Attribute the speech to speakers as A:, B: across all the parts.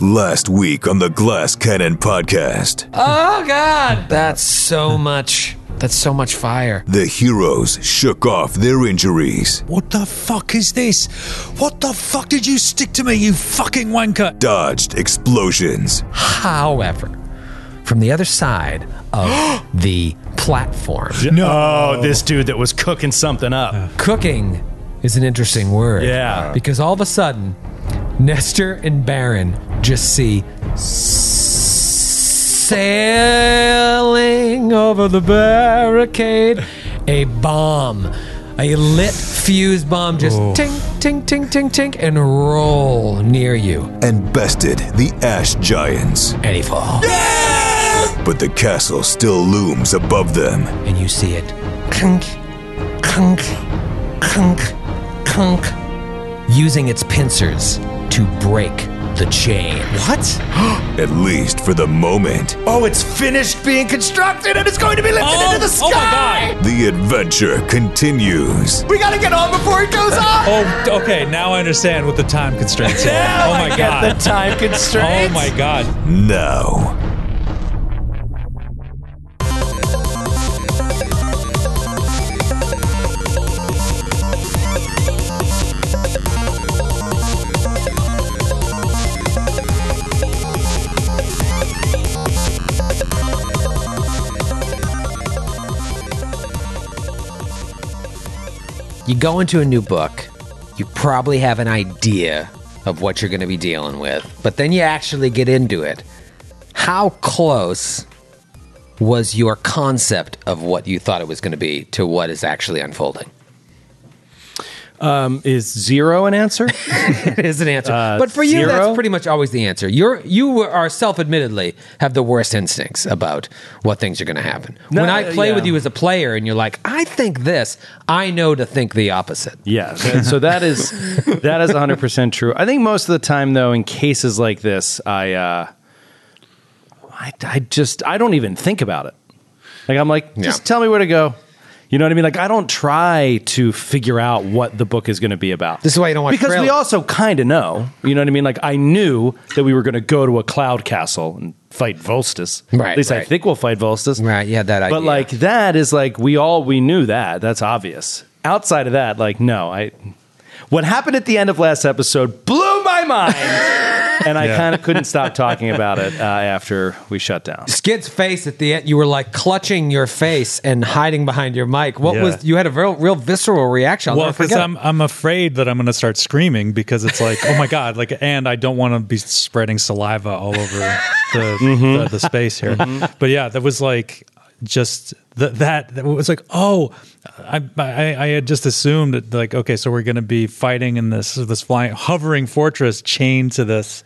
A: Last week on the Glass Cannon podcast,
B: Oh God, that's so much. That's so much fire.
A: the heroes shook off their injuries,
C: What the fuck is this? What the fuck did you stick to me, you fucking wanker?
A: dodged explosions,
B: However, from the other side of the platform,
D: No, Oh, this dude that was cooking something up.
B: cooking is an interesting word.
D: Yeah.
B: Because all of a sudden, Nestor and Baron just see s- sailing over the barricade a bomb. A lit fuse bomb just ting, ting, ting, ting, ting, and roll near you.
A: and bested the Ash Giants.
B: And he falls.
A: But the castle still looms above them.
B: and you see it clunk, clunk, clunk, clunk, using its pincers to break the chain. What?
A: At least for the moment,
D: Oh, it's finished being constructed and it's going to be lifted
A: Oh,
D: into the sky.
A: the adventure continues.
D: We gotta get on before it goes off.
C: Oh, okay, now I understand what the time constraints are. oh my god.
D: The time
C: Oh
D: constraints.
C: my god.
A: Now.
B: You go into a new book, you probably have an idea of what you're going to be dealing with, but then you actually get into it. How close was your concept of what you thought it was going to be to what is actually unfolding?
D: Is zero an answer?
B: It is an answer. but for you, that's
D: Uh, zero?
B: pretty much always the answer. You're you were- are self admittedly have the worst instincts about what things are going to happen. when I play
D: uh, yeah.
B: with you as a player, and you're like, I think this, I know to think the opposite.
D: yeah. that- so that is that is 100 percent true. I think most of the time, though, in cases like this, I uh, I, I just I don't even think about it. Like I'm like, just
B: Yeah.
D: tell me where to go. You know what I mean? Like I don't try to figure out what the book is going to be about.
B: This is why you don't watch
D: because we
B: trailers.
D: also kind of know. You know what I mean? Like I knew that we were going to go to a cloud castle and fight Volstis.
B: Right,
D: At least I
B: right.
D: think we'll fight Volstis.
B: Right, you had that idea.
D: But like that is like we all we knew that. That's obvious. Outside of that, like no, I what happened at the end of last episode blew my mind. and I kind of couldn't stop talking about it uh, after we shut down.
B: Skid's face at the end, you were like clutching your face and hiding behind your mic. What
C: Yeah.
B: was you had a real, real visceral reaction? I'll
C: Well, um,
B: never
C: because
B: forget.
C: I'm, I'm afraid that I'm going to start screaming because it's like, oh my God, like, and I don't want to be spreading saliva all over the, the, the space here. But yeah, that was like just th- that, that was like, oh, I, I, I had just assumed that, like, okay, so we're going to be fighting in this, this flying, hovering fortress chained to this.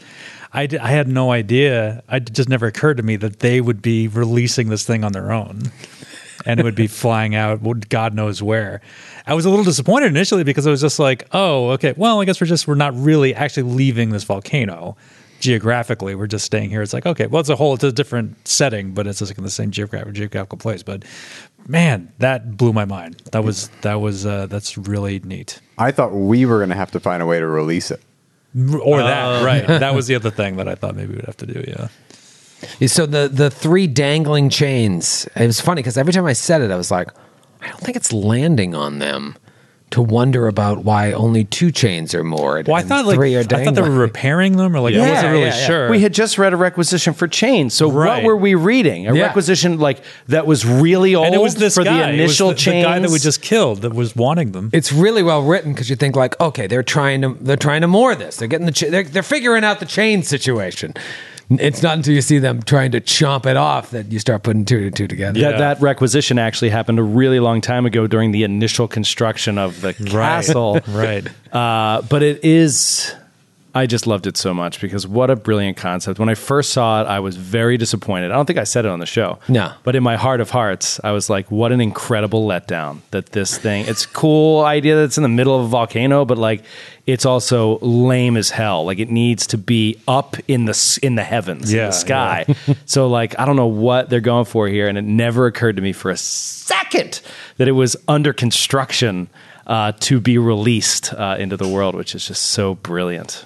C: I, d- I had no idea. I it just never occurred to me that they would be releasing this thing on their own and it would be flying out would- God knows where. I was a little disappointed initially because I was just like, oh, okay, well, I guess we're just, we're not really actually leaving this volcano geographically. We're just staying here. It's like, okay, well, it's a whole, it's a different setting, but it's just in the same geographic, geographical place. But man, that blew my mind. That was, that was, uh, that's really neat.
E: I thought we were going to have to find a way to release it.
C: Or
B: Oh.
C: that, right. That was the other thing that I thought maybe we'd have to do. Yeah.
B: So the the three dangling chains. It was funny because every time I said it, I was like, I don't think it's landing on them. To wonder about why only two chains are moored.
C: Well, I
B: and
C: thought like,
B: three are
C: I thought they
B: dangling.
C: were repairing them or like, I
B: Yeah,
C: wasn't really
B: yeah, yeah.
C: sure.
D: We had just read a requisition for chains. So what
C: Right.
D: were we reading? A
B: Yeah.
D: requisition like that was really old
C: and it was this
D: for
C: guy.
D: the
C: It was
D: initial
C: the,
D: chains.
C: the guy that we just killed that was wanting them.
B: it's really well written because you think like, okay, they're trying to they're trying to moor this. They're getting the ch- they're, they're figuring out the chain situation. It's not until you see them trying to chomp it off that you start putting two and two together.
D: that that requisition actually happened a really long time ago during the initial construction of the castle.
C: right.
D: Uh, but it is. I just loved it so much because what a brilliant concept. When I first saw it, I was very disappointed. I don't think I said it on the show.
B: No.
D: But in my heart of hearts, I was like, what an incredible letdown that this thing, it's a cool idea that it's in the middle of a volcano, but like it's also lame as hell. Like it needs to be up in the s- in the heavens, in
C: Yeah,
D: the sky. so like I don't know what they're going for here and it never occurred to me for a second that it was under construction uh, to be released uh, into the world, which is just so brilliant.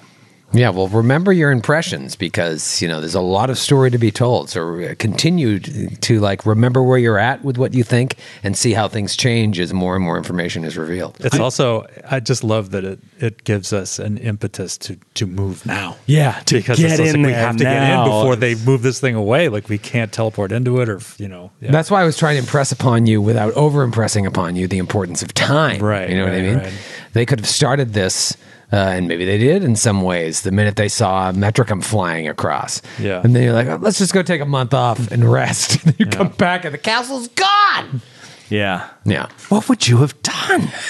B: Yeah, well, remember your impressions because you know there's a lot of story to be told. So uh, continue t- to like remember where you're at with what you think, and see how things change as more and more information is revealed.
C: It's also I just love that it it gives us an impetus to to move now.
D: Yeah, to
C: because
D: get
C: it's just
D: in
C: like, we
D: there
C: have to get in
D: now.
C: before they move this thing away. Like we can't teleport into it, or you know, yeah.
B: That's why I was trying to impress upon you without over impressing upon you the importance of time.
C: Right,
B: You know what I
C: right,
B: mean?
C: right.
B: They could have started this, uh, and maybe they did in some ways, the minute they saw a metricum flying across.
C: Yeah.
B: And then you're like, "Oh, let's just go take a month off and rest. you come back and the castle's gone.
D: Yeah.
B: Yeah.
D: What would you have done?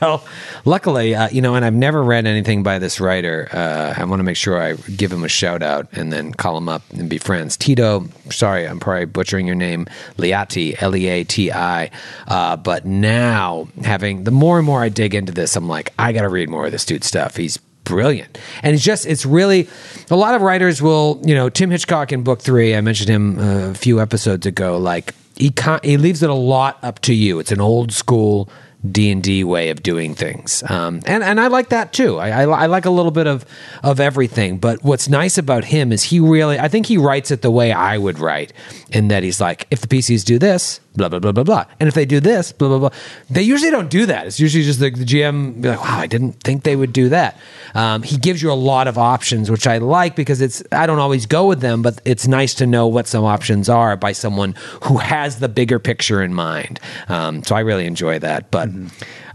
B: Well, luckily, uh, you know, and I've never read anything by this writer. Uh, I want to make sure I give him a shout out and then call him up and be friends. Tito, sorry, I'm probably butchering your name, Liati, L E A T I. Uh, but now, having the more and more I dig into this, I'm like, I got to read more of this dude's stuff. He's brilliant. And it's just, it's really, a lot of writers will, you know, Tim Hitchcock in book three, I mentioned him uh, a few episodes ago, like, he, con- he leaves it a lot up to you. It's an old school D and D way of doing things, um, and and I like that too. I, I, I like a little bit of of everything. But what's nice about him is he really, I think he writes it the way I would write, in that he's like, if the PCs do this, blah blah blah blah blah, and if they do this, blah blah blah. They usually don't do that. It's usually just like the GM be like, wow, I didn't think they would do that. Um, he gives you a lot of options, which I like because it's I don't always go with them, but it's nice to know what some options are by someone who has the bigger picture in mind. Um, so I really enjoy that. But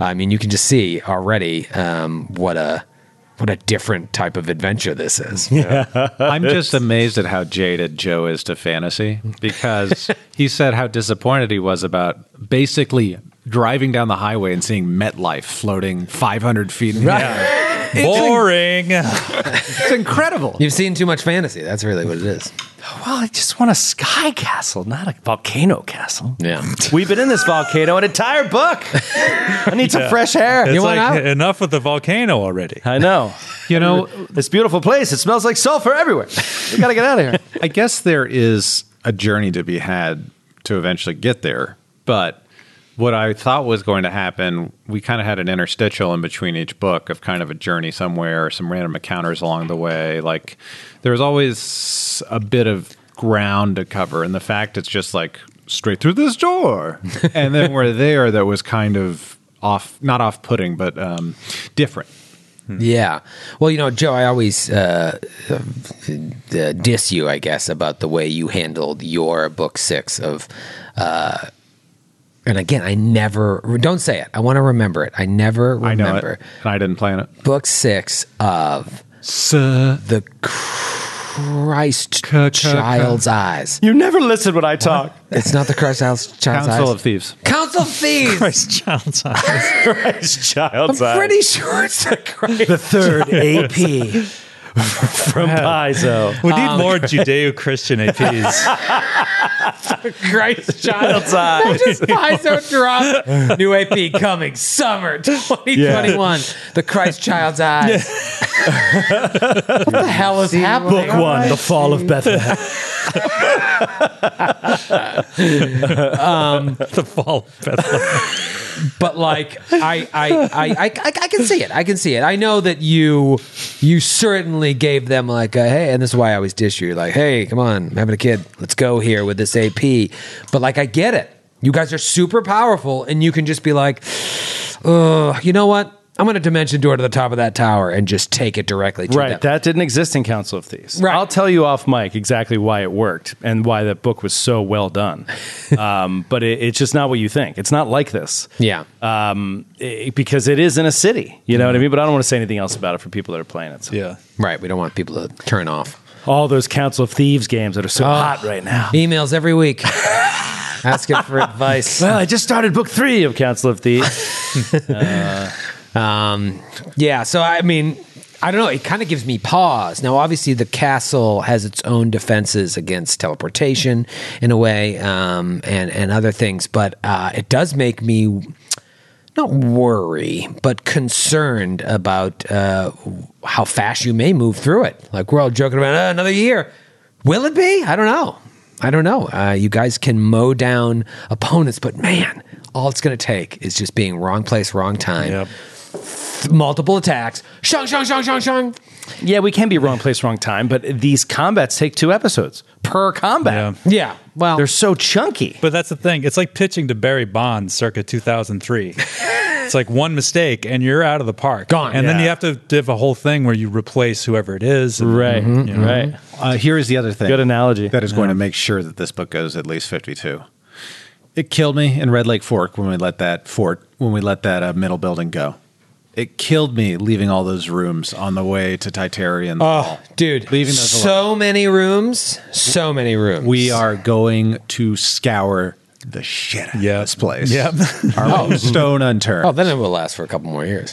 B: I mean, you can just see already um, what a what a different type of adventure this is.
F: I'm just amazed at how jaded Joe is to fantasy because he said how disappointed he was about basically driving down the highway and seeing MetLife floating 500 feet in the air.
C: boring.
F: It's incredible.
B: You've seen too much fantasy. That's really what it is.
D: Well, I just want a sky castle, not a volcano castle.
B: Yeah.
D: We've been in this volcano an entire book. I need some fresh air.
C: It's
B: You want
C: like
B: out?
C: enough with the volcano already.
D: I know.
F: You know,
D: This beautiful place. It smells like sulfur everywhere. We gotta get out of here.
F: I guess there is a journey to be had to eventually get there, but what I thought was going to happen, we kind of had an interstitial in between each book of kind of a journey somewhere, or some random encounters along the way. Like there was always a bit of ground to cover, and the fact it's just like straight through this door, and then we're there. That was kind of off, not off-putting, but um, different.
B: Yeah. Well, you know, Joe, I always uh, uh, diss you, I guess, about the way you handled your book six of. Uh, and again, I never don't say it. I want to remember it. I never
F: I know
B: remember
F: it, and I didn't plan it.
B: book six of the Christ
F: Ca- ca- ca-
B: Child's Eyes.
D: You never listen when I talk.
B: It's not the Christ Child's, Child's
F: Council
B: Eyes.
F: of Thieves.
B: Council of Thieves.
C: Christ, John's eyes.
D: Christ, child's
B: I'm
D: eyes.
B: pretty sure it's the Christ.
D: the third AP from Paizo. Um,
C: We need more Judeo-Christian APs.
B: Christ Child's
D: Eyes.
B: That just Paizo drop. New AP coming summer 2021. The Christ Child's Eyes. what the hell is happening?
D: Book one, The Fall of Bethlehem.
C: the fall of Bethlehem.
B: But like, I, I, I, I, I, I can see it. I can see it. I know that you, you certainly gave them like a hey, and this is why I always dish you. Like, hey, come on, I'm having a kid. Let's go here with this AP. But like, I get it. You guys are super powerful, and you can just be like, uh, you know what? I'm going to dimension door to the top of that tower and just take it directly to
D: Right.
B: them.
D: That didn't exist in Council of Thieves.
B: Right.
D: I'll tell you off mic exactly why it worked and why that book was so well done. um, but it, it's just not what you think. It's not like this.
B: Yeah.
D: Um, it- because it is in a city. You know what I mean? But I don't want to say anything else about it for people that are playing it. So.
C: Yeah.
B: right. We don't want people to turn off.
D: All those Council of Thieves games that are so hot right now.
B: Emails every week asking for advice.
D: Well, I just started book three of Council of Thieves.
B: Um, yeah. So, I mean, I don't know. It kind of gives me pause. Now, obviously, the castle has its own defenses against teleportation in a way um, and, and other things, but uh, it does make me not worry, but concerned about uh, how fast you may move through it. Like we're all joking about "Ah, another year. Will it be? I don't know. I don't know. Uh, you guys can mow down opponents, but man, all it's going to take is just being wrong place, wrong time,
C: Yep.
B: multiple attacks, shung, shung, shung, shung, shung,
D: Yeah, we can be wrong place, wrong time, but these combats take two episodes per combat.
C: Yeah.
B: Yeah. Well,
D: They're so chunky.
C: But that's the thing. It's like pitching to Barry Bonds circa 2003. it's like one mistake and you're out of the park.
B: Gone.
C: And then
D: Yeah.
C: you have to do a whole thing where you replace whoever it is. and-
D: Right, Mm-hmm. right.
F: Uh, here is the other thing.
D: Good analogy.
F: That is going to make sure that this book goes at least fifty-two. It killed me in Red Lake Fork when we let that fort when we let that uh, middle building go. It killed me leaving all those rooms on the way to Titarian.
B: oh, dude.
F: Leaving those
B: so many rooms. So many rooms.
F: we are going to scour the shit out
C: Yeah.
F: of this place.
C: Yep.
F: Our stone unturned.
B: Oh, then it will last for a couple more years.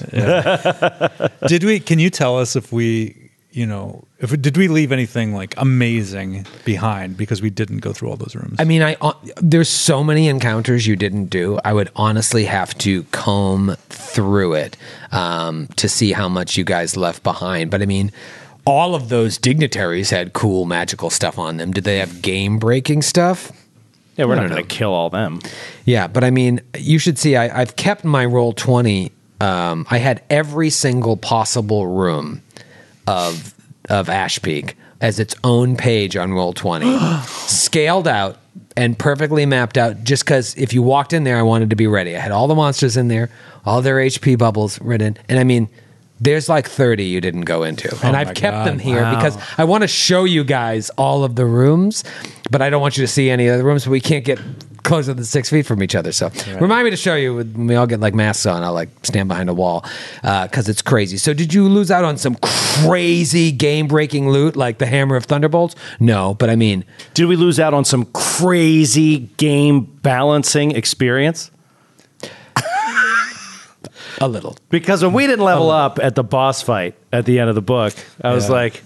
C: did we can you tell us if we you know if we- did we leave anything like amazing behind because we didn't go through all those rooms
B: I mean, I uh, there's so many encounters you didn't do. I would honestly have to comb through it um, to see how much you guys left behind. But I mean, all of those dignitaries had cool magical stuff on them. Did they have game breaking stuff?
D: Yeah, we're
B: I
D: not
B: don't
D: going
B: know.
D: to kill all them.
B: Yeah, but I mean, you should see. I, I've kept my roll twenty. Um, I had every single possible room of of Ash Peak as its own page on roll twenty, scaled out and perfectly mapped out. Just because if you walked in there, I wanted to be ready. I had all the monsters in there, all their HP bubbles written, and I mean. There's like 30 you didn't go into. and I've
C: Oh my
B: kept
C: God,
B: them here
C: wow.
B: because I want to show you guys all of the rooms, but I don't want you to see any of the rooms. But we can't get closer than six feet from each other. So remind me to show you when we all get like masks on. I'll like stand behind a wall because it's crazy. So did you lose out on some crazy game breaking loot like the Hammer of Thunderbolts? No, but I mean,
D: Did we lose out on some crazy game balancing experience?
B: a little.
D: Because when we didn't level up at the boss fight at the end of the book, I was
C: Yeah.
D: like,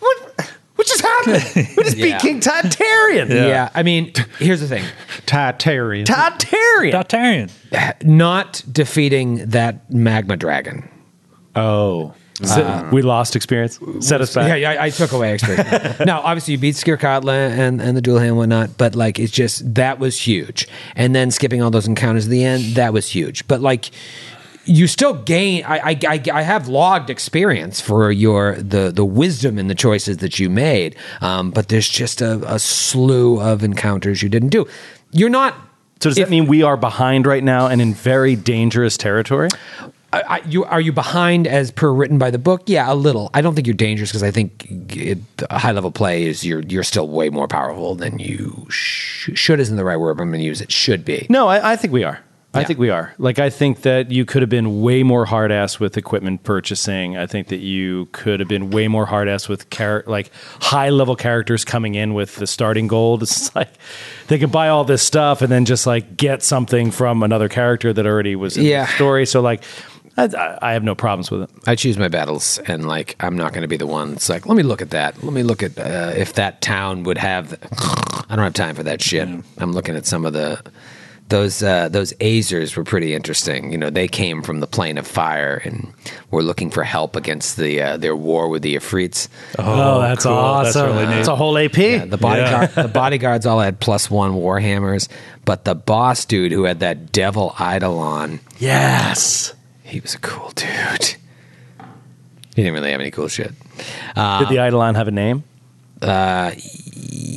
D: what? What just happened? We just
B: Yeah.
D: beat King Titarian.
B: Yeah. I mean, here's the thing.
F: Titarian.
D: Titarian.
C: D'Artagnan.
B: Not defeating that magma dragon.
F: oh.
B: Uh.
D: we lost experience. Set us back.
B: Yeah, yeah, I, I took away experience. now, obviously, you beat Skirkatla and, and the dual hand and whatnot, but like it's just that was huge. And then skipping all those encounters at the end, that was huge. But like you still gain. I I, I, I have logged experience for your the the wisdom and the choices that you made. Um, but there's just a, a slew of encounters you didn't do. You're not
D: So does that mean we are behind right now and in very dangerous territory?
B: I, I- you are you behind as per written by the book? Yeah, a little. I don't think you're dangerous because I think it, high level play is you're you're still way more powerful than you sh- should isn't the right word. But I'm going to use it. Should be.
D: No, I, I think we are. I
B: Yeah.
D: think we are. Like, I think that you could have been way more hard ass with equipment purchasing. I think that you could have been way more hard ass with char- like high level characters coming in with the starting gold. It's like they can buy all this stuff and then just like get something from another character that already was in
B: Yeah.
D: the story. So like, I- I, I have no problems with it.
B: I choose my battles, and like I'm not going to be the one. that's like let me look at that. Let me look at uh, if that town would have. I don't have time for that shit. I'm looking at some of the those uh, those Azers were pretty interesting. You know, they came from the plane of fire and were looking for help against the uh, their war with the Ifrits.
D: Oh, that's
C: awesome. really neat.
D: That's a whole AP.
B: Uh, The bodyguard, the bodyguards all had plus one warhammers, but the boss dude who had that devil eidolon,
D: yes.
B: he was a cool dude. He didn't really have any cool shit.
D: Did the Eidolon have a name?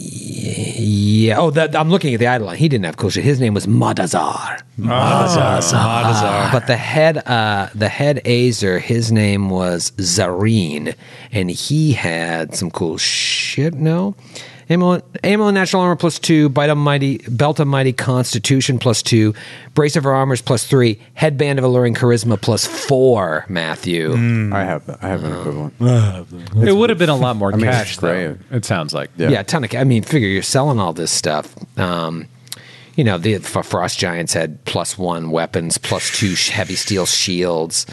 B: Yeah. Oh, that, I'm looking at the eidolon. He didn't have cool shit. His name was Madazar. But the head, uh, the head Azer, his name was Zareen, and he had some cool shit. No, ammo, ammo, and natural armor plus two, bite of mighty, belt of mighty constitution plus two, brace of armors plus three, headband of alluring charisma plus four. Matthew,
E: I have that. I have an equivalent.
F: It would have been a lot more
E: mean, it's
F: cash, though.
E: great.
F: It sounds like.
E: Yeah.
B: yeah, a ton of. ca- I mean, figure you're selling all this stuff. Um, you know, the F- frost giants had plus one weapons, plus two sh- heavy steel shields.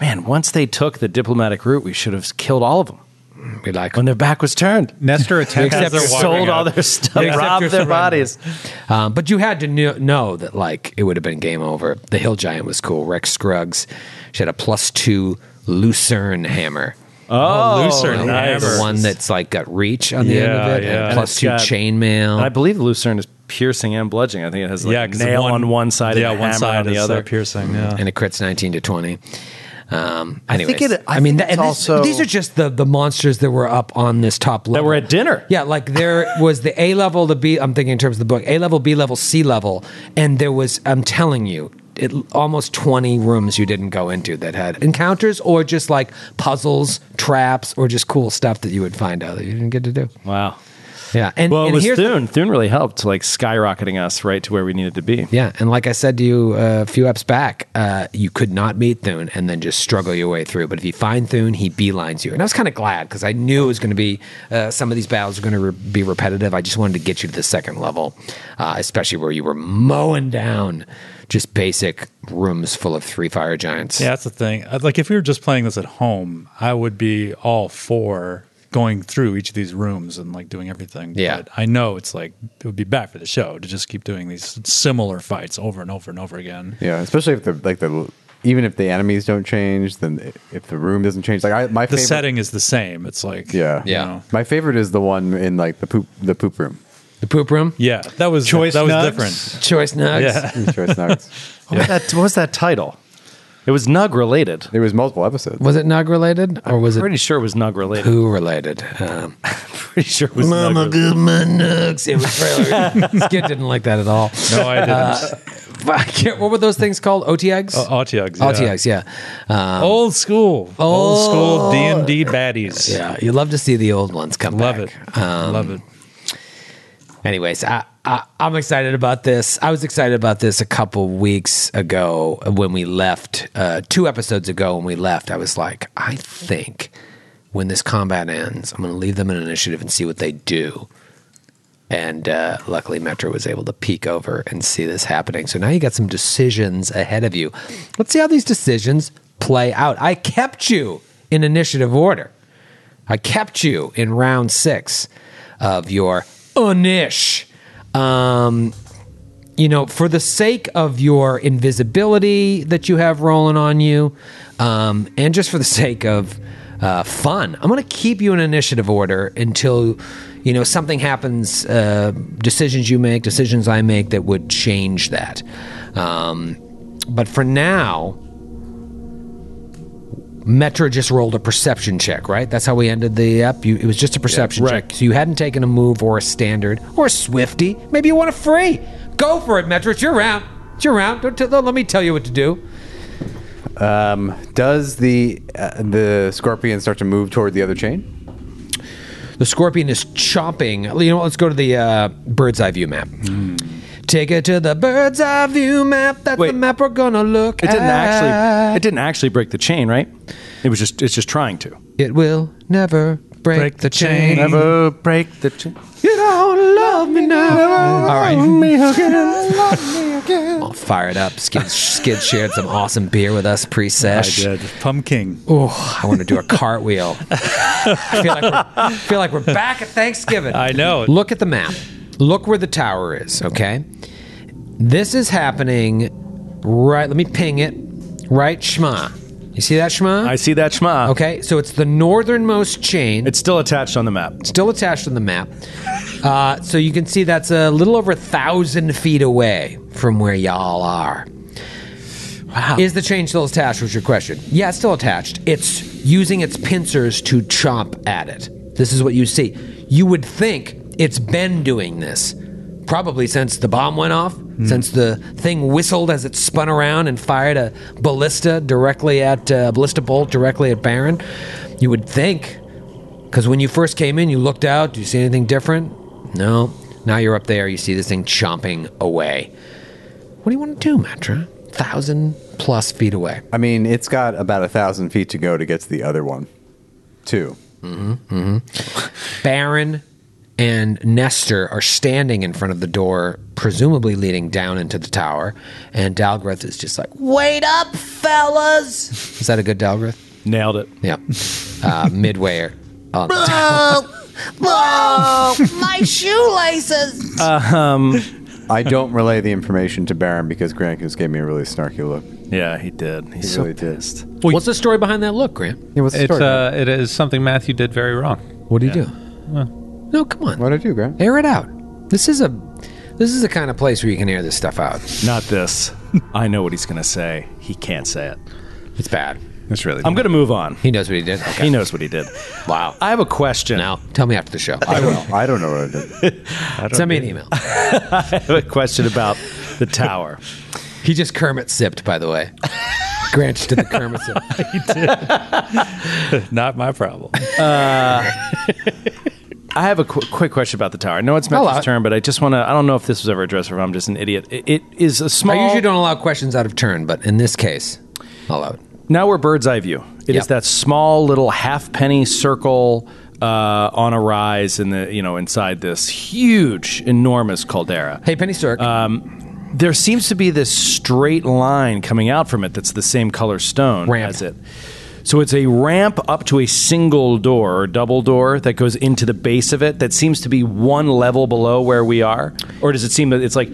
D: Man, once they took the diplomatic route, we should have killed all of them
B: We like
D: when their back was turned.
F: Nestor attempts
B: Except
F: to
B: you're
D: sold all their stuff,
C: Yeah.
D: robbed
C: Except you're
D: their bodies.
B: Um, but you had to kn- know that, like, it would have been game over. The Hill Giant was cool. Rex Scruggs, she had a plus two Lucerne hammer.
C: oh,
B: You know,
C: Lucerne
D: nice.
B: The
C: hammer.
B: one that's like got reach on the end
C: Yeah,
B: of it,
C: yeah.
B: and
C: And
B: plus
D: it's
B: two
D: got-
B: chainmail.
D: And I believe lucerne is piercing and bludgeoning. I think it has like
C: yeah,
D: nail on one side,
C: yeah,
D: and
C: one
D: hammer
C: side
D: on the
C: is, uh,
D: other.
C: piercing. Yeah,
B: and it crits 19 to 20. Um, anyways,
E: think it- I
B: mean, th-
E: think it's
B: and this-
E: also-
B: these are just the the monsters that were up on this top level
D: that were at dinner.
B: Yeah, like there was the A level, the B. I'm thinking in terms of the book: A level, B level, C level, and there was. I'm telling you, it, almost 20 rooms you didn't go into that had encounters or just like puzzles, traps, or just cool stuff that you would find out that you didn't get to do.
D: Wow.
B: Yeah, and
D: Well, it
B: and
D: was
B: here's the-
D: Thune. Thune really helped, like skyrocketing us right to where we needed to be.
B: yeah, and like I said to you uh, a few eps back, uh, you could not meet Thune and then just struggle your way through. But if you find Thune, he beelines you. And I was kind of glad because I knew it was going to be uh, some of these battles were going to re- be repetitive. I just wanted to get you to the second level, uh, especially where you were mowing down just basic rooms full of three fire giants.
C: Yeah, that's the thing. Uh, Like if we were just playing this at home, I would be all for going through each of these rooms and like doing everything.
B: Yeah.
C: But I know it's like it would be bad for the show to just keep doing these similar fights over and over and over again.
E: Yeah, especially if the like the even if the enemies don't change, then if the room doesn't change, like I my
C: The
E: favorite,
C: setting is the same. It's like
E: Yeah,
B: Yeah.
E: My favorite is the one in like the poop the poop room.
B: The poop room,
C: Yeah, that was
F: Choice
C: that was
F: nugs?
C: different.
B: choice nugs.
C: Yeah.
E: Choice Nuggets.
D: What, was that, what was that title? It was Nug related.
E: There was multiple episodes.
B: Was it Nug related or was it
D: Pretty sure it was Nug related.
B: poo related? Um,
D: Pretty sure it was Nug related.
B: good my nugs. It was really, Skid didn't like that at all.
C: No, I didn't.
B: I can't- what were those things called? OT eggs?
C: Uh, Autiags, yeah.
B: OT eggs, yeah. Um,
C: Old school. Old
D: Oh.
C: school D and D baddies.
B: yeah, you love to see the old ones come
C: Love
B: back.
C: it.
D: Um,
C: Love it.
B: Anyways, I, I, I'm excited about this. I was excited about this a couple weeks ago when we left, uh, two episodes ago when we left. I was like, I think when this combat ends, I'm going to leave them an initiative and see what they do. And uh, luckily, Metro was able to peek over and see this happening. So now you got some decisions ahead of you. Let's see how these decisions play out. I kept you in initiative order. I kept you in round six of your Unish. Um, you know, for the sake of your invisibility that you have rolling on you, um, and just for the sake of uh, fun, I'm going to keep you in initiative order until, you know, something happens, uh, decisions you make, decisions I make that would change that. Um, but for now, Metro just rolled a perception check, right? That's how we ended the up. You, it was just a perception check. So you hadn't taken a move or a standard or a swifty. Maybe you want a free. Go for it, Metro. It's your round. It's your round. Don't, t- don't let me tell you what to do.
E: Does the uh, the scorpion start to move toward the other chain?
B: The scorpion is chomping. You know what? Let's go to the uh, bird's eye view map. Take it to the bird's eye view map. That's the
D: Wait.
B: map we're gonna look
D: It didn't
B: at.
D: actually. It didn't actually break the chain, right? It was just. It's just trying to.
B: It will never break,
C: Break
B: the,
C: the
B: chain.
C: chain.
E: Never break the chain.
B: You don't love me now. All right. All fired up. Skid, Skid shared some awesome beer with us pre-sesh.
C: I did. Pumpkin.
B: Oh, I want to do a cartwheel. I feel like, we're, feel like we're back at Thanksgiving.
C: I know.
B: Look at the map. Look where the tower is, okay? This is happening right, let me ping it, right shma. You see that shma?
D: I see that schma.
B: Okay, so it's the northernmost chain.
D: It's still attached on the map.
B: still attached on the map. Uh, so you can see that's a little over a thousand feet away from where y'all are. Wow. Is the chain still attached? Was your question? Yeah, it's still attached. It's using its pincers to chomp at it. This is what you see. You would think it's been doing this, probably since the bomb went off, since the thing whistled as it spun around and fired a ballista directly at uh, ballista bolt directly at Baron. You would think because when you first came in, you looked out. Do you see anything different? No. Now you're up there. You see this thing chomping away. What do you want to do, Matra? Thousand plus feet away.
E: I mean, it's got about a thousand feet to go to get to the other one. Two.
B: Baron and Nestor are standing in front of the door, presumably leading down into the tower. And Dalgrith is just like, "Wait up, fellas!" Is that a good Dalgrith?
D: Nailed it.
B: Yeah. Uh, midway. On the tower.
G: my shoelaces.
E: I don't relay the information to Baron because Granicus gave me a really snarky look.
D: Yeah, he did. He's
E: He
D: so
E: really did.
D: pissed.
B: What's the story behind that look, Grant?
E: Yeah, what's the
F: It's
E: story?
F: uh, it is something Matthew did very wrong.
B: What do you do? no, come on.
E: what did I do, Grant?
B: air it out. This is a this is the kind of place where you can air this stuff out.
D: Not this. I know what he's gonna say. He can't say it.
B: It's bad.
F: That's really.
D: I'm going to move on.
B: He knows what he did. Okay.
D: He knows what he did.
B: Wow.
D: I have a question.
B: Now, tell me after the show.
E: I don't. I don't know what I did.
B: Send me an email.
D: I have a question about the tower.
B: He just Kermit sipped, by the way. Grant just did the Kermit sip.
C: Not my problem.
D: I have a qu- quick question about the tower. I know it's
B: Hello.
D: Matt's turn, but I just want to. I don't know if this was ever addressed or if I'm just an idiot. It, it is a small.
B: I usually don't allow questions out of turn, but in this case, I'll allow it.
D: Now we're bird's eye view. It is
B: Yep.
D: that small little halfpenny circle uh, on a rise in the you know inside this huge, enormous caldera.
B: Hey, Penny Stork.
D: Uh, There seems to be this straight line coming out from it that's the same color stone
B: Ramp.
D: as it. So it's a ramp up to a single door or double door that goes into the base of it that seems to be one level below where we are. Or does it seem that it's like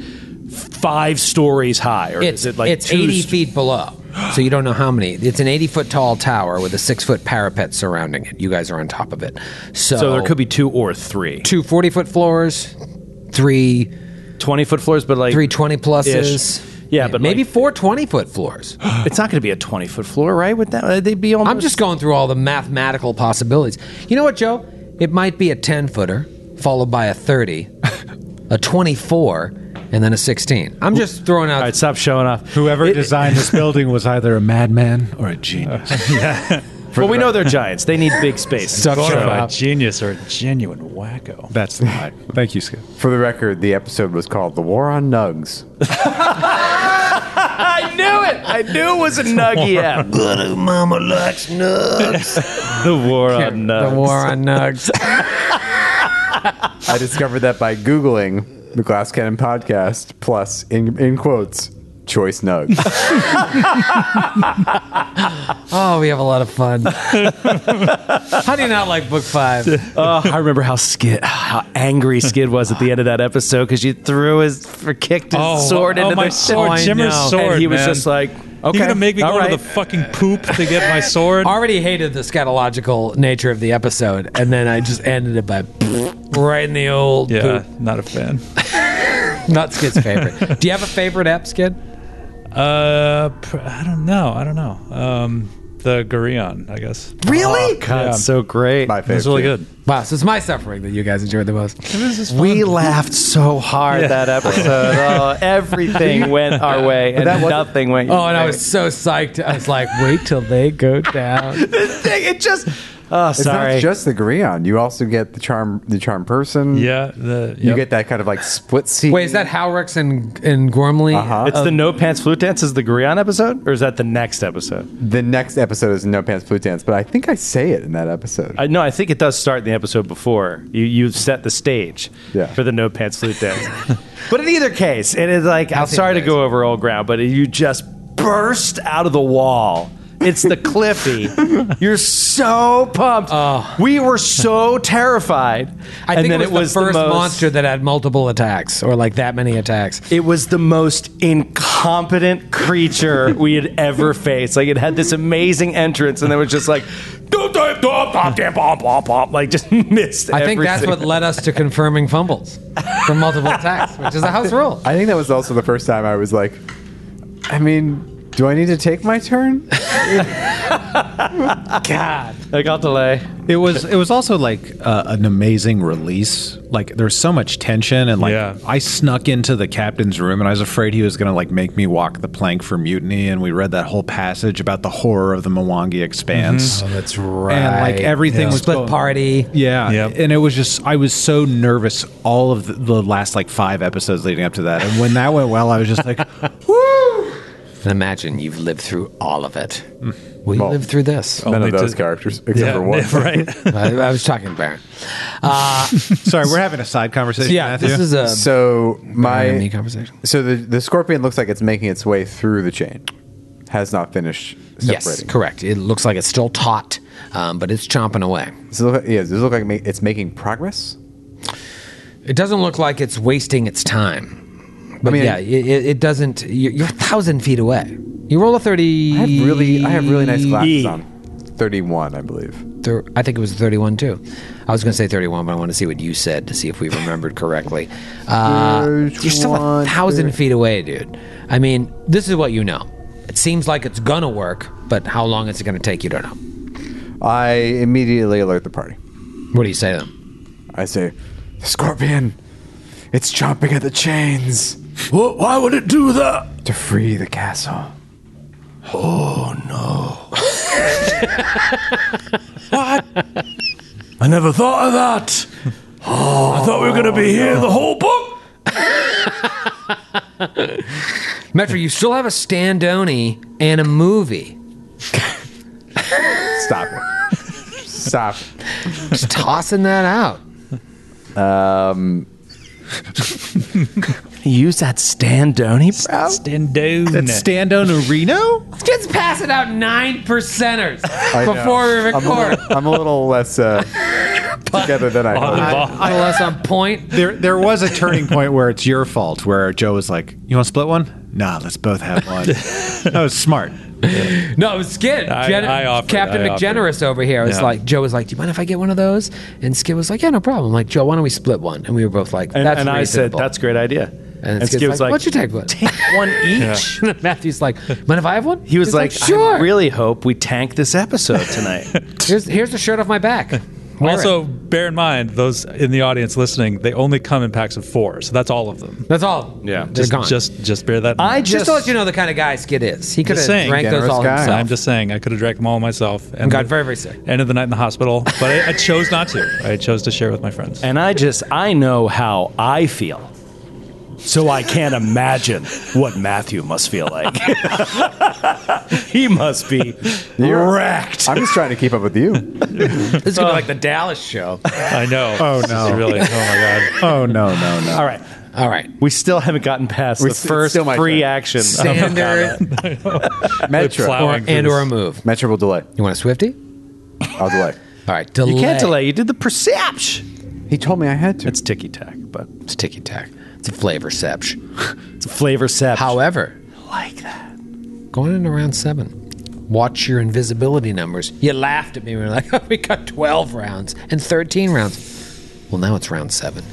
D: five stories high? Or
B: it's
D: is it like
B: it's
D: two
B: 80
D: st-
B: feet below. So you don't know how many. It's an 80 foot tall tower with a six foot parapet surrounding it. You guys are on top of it. So,
D: So there could be two or three.
B: two 40 foot floors, three
D: 20 foot floors, but like
B: three 20 pluses.
D: Yeah, but
B: maybe
D: like-
B: four 20 foot floors.
D: It's not going to be a 20 foot floor, right? Would that uh, they'd be almost?
B: I'm just going through all the mathematical possibilities. You know what, Joe? It might be a 10 footer, followed by a 30, a 24, and then a 16. I'm just throwing out.
D: All right, stop showing off.
H: Whoever
D: It-
H: designed this building was either a madman or a genius.
D: Well, we know they're giants. They need big space.
B: Stop
C: Or
B: showing
C: a
H: uh,
B: off.
C: genius or a genuine wacko.
F: That's the lie. Thank you, Skip.
E: For the record, the episode was called "The War on Nugs."
D: I knew it. I knew it was a nuggy app.
G: Mama likes nuts.
D: The war on uh,
B: The
D: nugs.
B: war on nugs.
E: I discovered that by googling the Glass Cannon podcast plus in in quotes choice nugs.
B: Oh, we have a lot of fun. How do you not like book five?
D: Oh, I remember how Skid, how angry Skid was at the end of that episode because you threw his, or kicked his
C: Oh,
D: sword
C: oh,
D: into
C: my
D: the
C: sword,
D: I
C: Jimmer's
D: know.
C: sword,
D: And he was
C: man.
D: just like, okay,
C: You're gonna make me
D: all
C: go
D: right.
C: to the fucking poop to get my sword.
B: Already hated the scatological nature of the episode, and then I just ended it by right in the old
C: yeah, not a fan.
B: poop. Not Skid's favorite. Do you have a favorite app, Skid?
C: Uh, pr- I don't know. I don't know. Um, the Gurion, I guess.
D: really? God,
C: Yeah.
D: so great.
E: My
C: It was really
E: favorite.
C: good.
B: Wow, so it's my suffering that you guys enjoyed the most.
D: We laughed so hard that episode. Oh, everything went our way, and nothing went.
B: Oh, and I was so psyched. I was like, wait till they go down.
D: thing. It just. Oh,
E: It's
D: sorry.
E: not just the Grion. You also get the charm, the charm person.
C: Yeah, the
E: You
C: yep.
E: get that kind of like split seat.
B: Wait, is that Howrex and, and Gormley?
E: Uh-huh.
D: it's the No Pants Flute Dance is the Grion episode, or is that the next episode?
E: the next episode is No Pants Blue Dance, but I think I say it in that episode.
D: I, no, I think it does start in the episode before. You you set the stage
E: Yeah.
D: for the No Pants Flute Dance. but in either case, it is like I'm
B: think
D: sorry
B: it
D: to
B: is.
D: go over old ground, but you just burst out of the wall. It's the Cliffy. You're so pumped. we were so terrified.
B: oh, I
D: And
B: think
D: then
B: it was, the first
D: most-
B: monster that had multiple attacks, or like that many attacks.
D: It was the most incompetent creature we had ever faced. Like it had this amazing entrance, and then was just like, "Dum, dum, dum, dum, dum, dum, dum, dum," like just missed.
B: I think that's what
D: everything.
B: led us to confirming fumbles from multiple attacks, which is a house rule.
E: I think that was also the first time I was like, I mean, do I need to take my turn?
D: I got delay.
H: It was. It was also like uh, an amazing release. Like there was so much tension, and like
C: Yeah.
H: I snuck into the captain's room, and I was afraid he was going to like make me walk the plank for mutiny. And we read that whole passage about the horror of the Mwangi expanse.
C: Mm-hmm.
B: That's right.
H: And like everything was
B: split
H: going-
B: party.
H: Yeah,
C: Yep.
H: and it was just I was so nervous all of the, the last like five episodes leading up to that, and when that went well, I was just like,
B: Imagine you've lived through all of it. We lived through this.
E: None
C: Only
E: of those
C: to-
E: characters, except
C: Yeah,
E: for one.
C: right.
B: I, I was talking to Baron.
H: "Sorry, we're having a side conversation."
B: Yeah,
H: Matthew.
B: this is a
E: So
B: enemy
E: my
B: conversation.
E: so the the scorpion looks like it's making its way through the chain, has not finished
B: Yes,
E: separating.
B: correct. It looks like it's still taut, um, but it's chomping away.
E: Does it look, yeah, does it look like ma- it's making progress?
B: It doesn't look like it's wasting its time. But
E: mean-
B: yeah, it, it it doesn't. You're, you're a thousand feet away. You roll a thirty.
E: I have really I have really nice glasses on. Thirty one, I believe.
B: thir- I think it was 31 too. I was going to say 31, but I want to see what you said to see if we remembered correctly. Uh, you're still a
E: 31,
B: thousand feet away, dude. I mean, this is what you know. It seems like it's gonna work, but how long is it gonna take? You don't know.
E: I immediately alert the party.
B: What do you say to them?
E: I say, "The scorpion, it's chomping at the chains
A: Wh- why would it do that?
E: to free the castle."
A: Oh no. what? I never thought of that. Oh, I thought we were going to be here the whole book.
B: Metro, you still have a standoni and a movie.
E: Stop it! Stop! it.
B: Just tossing that out.
D: Use that standoni, bro.
C: Standone.
F: Standone Reno?
B: Just pass it out nine percenters
E: I know.
B: before we
E: I'm a
B: record.
E: little, I'm a little less uh, together than I
C: On the
E: thought.
C: ball.
B: Unless I'm point.
F: There, there was a turning point where it's your fault, where Joe was like, "You want to split one? Nah, let's both have one." that was smart.
B: No, it's Skid.
C: I-
B: Gen-
C: I offered,
B: Captain
C: I offered.
B: McGenerous over here was
C: Yeah.
B: like, Joe was like, "Do you mind if I get one of those?" And Skid was like, "Yeah, no problem." I'm like, Joe, why don't we split one? And we were both like,
D: And,
B: "That's
D: and I said,
B: reasonable."
D: "That's a great idea."
B: And,
D: Skip
B: Skid's like, "Why don't you take one?"
D: one each.
B: Matthew's like, "Mind if I have one?"
D: He was
B: He's
D: like,
B: "Sure."
D: I really hope we tank this episode tonight.
B: here's here's the shirt off my back. Wear it.
C: Also, bear in mind those in the audience listening, they only come in packs of four, so that's all of them.
B: that's all.
D: Yeah.
B: they're
C: Just,
B: gone. Just,
C: just, just bear that. in
D: I
C: mind.
D: just,
B: to let you know the kind of guy Skid is. He could have
C: saying,
B: drank those
E: generous
B: all
E: guy.
B: himself.
C: I'm just saying, I could have drank them all myself and
B: got very, very sick.
C: Ended the night in the hospital, but I, I chose not to. I chose to share with my friends.
D: and I just I know how I feel. So I can't imagine what Matthew must feel like. he must be
E: You're-
D: wrecked.
E: I'm just trying to keep up with you.
B: This is gonna be like the Dallas show.
C: I know. Oh
F: no.
C: Really? Oh my god.
F: Oh no, no, no!
D: All right.
B: All right.
D: We still haven't gotten past
E: We
D: the
E: s- it's
D: first
E: still my
D: free
E: turn.
D: action. of
B: Standard
E: Metro,
C: Flower.
B: Uh, or,
C: Going through
B: and
C: this.
B: or a move.
E: Metro will delay.
B: You want a Swifty?
E: I'll delay.
B: All right. Delay.
D: You can't delay. You did the perception.
E: He told me I had to.
D: It's ticky tack, but
B: It's ticky tack. It's a flavor sepch.
D: it's a flavor sap.
B: However,
D: like that?
B: going into round seven, watch your invisibility numbers. You laughed at me. We were like, "Oh, we got 12 rounds and 13 rounds. Well, now it's round seven.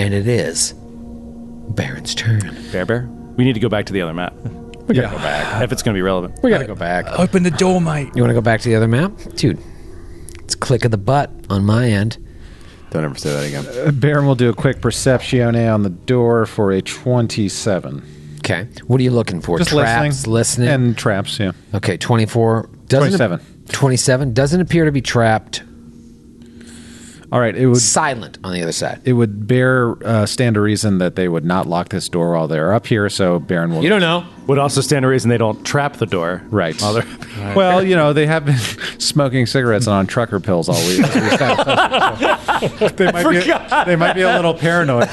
B: And it is Baron's turn.
D: Bear Bear. We need to go back to the other map. We gotta go back if it's gonna be relevant.
B: We got to go back.
C: Open the door, mate.
B: You want to go back to the other map? Dude, it's click of the butt on my end.
E: Don't ever say that again.
F: Baron will do a quick perception on the door for a twenty-seven.
B: Okay. What are you looking for? Traps, listening.
F: and traps. Yeah,
B: okay, 24. Doesn't
F: 27.
B: 27. Doesn't appear to be trapped.
F: All right, it would
B: Silent on the other side.
F: it would bear uh, stand to reason that they would not lock this door while they're up here. So Baron will.
B: You don't know.
D: Would also stand a reason they don't trap the door.
F: Right.
D: While they're-
F: Well, you know they have been smoking cigarettes and on trucker pills all week. as we established. So they might be they might be a little paranoid.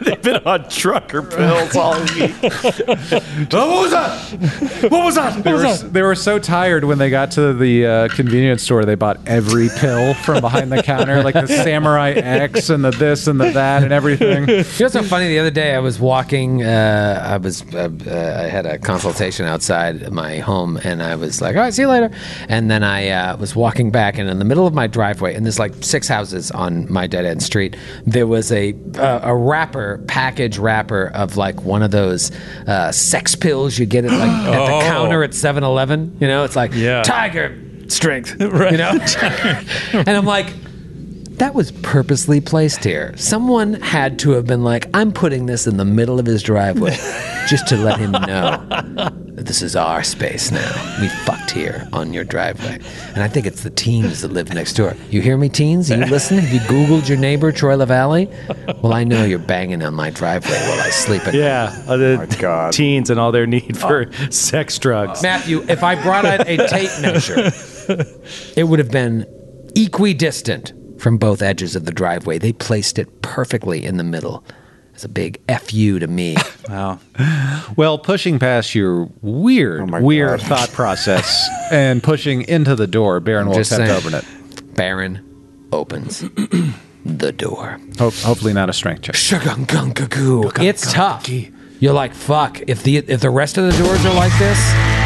D: They've been on trucker pills all week.
A: what was that?
D: What was that?
F: They were, they were so tired when they got to the uh, convenience store, they bought every pill from behind the counter, like the Samurai X and the this and the that and everything.
B: You know, what's so funny. The other day, I was walking. Uh, I was. Uh, uh, I had a consultation outside my home, and I was like, "All right, see you later." And then I uh, was walking back, and in the middle of my driveway, and there's like six houses on my dead end street. There was a uh, a wrapper, package wrapper of like one of those uh, sex pills you get at like at the
C: Oh.
B: counter at 7-Eleven. You know, it's like
C: Yeah.
B: Tiger Strength.
C: Right.
B: You know, and I'm like. That was purposely placed here. Someone had to have been like, I'm putting this in the middle of his driveway just to let him know that this is our space now. We fucked here on your driveway. And I think it's the teens that live next door. You hear me, teens? Are you listening? Have you Googled your neighbor, Troy LaValle? Well, I know you're banging on my driveway while I sleep at
D: Yeah, uh, the
E: God.
D: teens and all their need for sex drugs.
B: Matthew, if I brought out a tape measure, it would have been equidistant from both edges of the driveway. They placed it perfectly in the middle. It's a big FU to me.
F: Well, pushing past your weird,
E: my
F: weird
E: God.
F: thought process and pushing into the door, Baron will
B: Just
F: attempt to
B: saying.
F: open it.
B: Baron opens the door.
F: Hope, hopefully, not a strength check.
B: Shagungunkagoo. It's tough. You're like, fuck, if the if the rest of the doors are like this,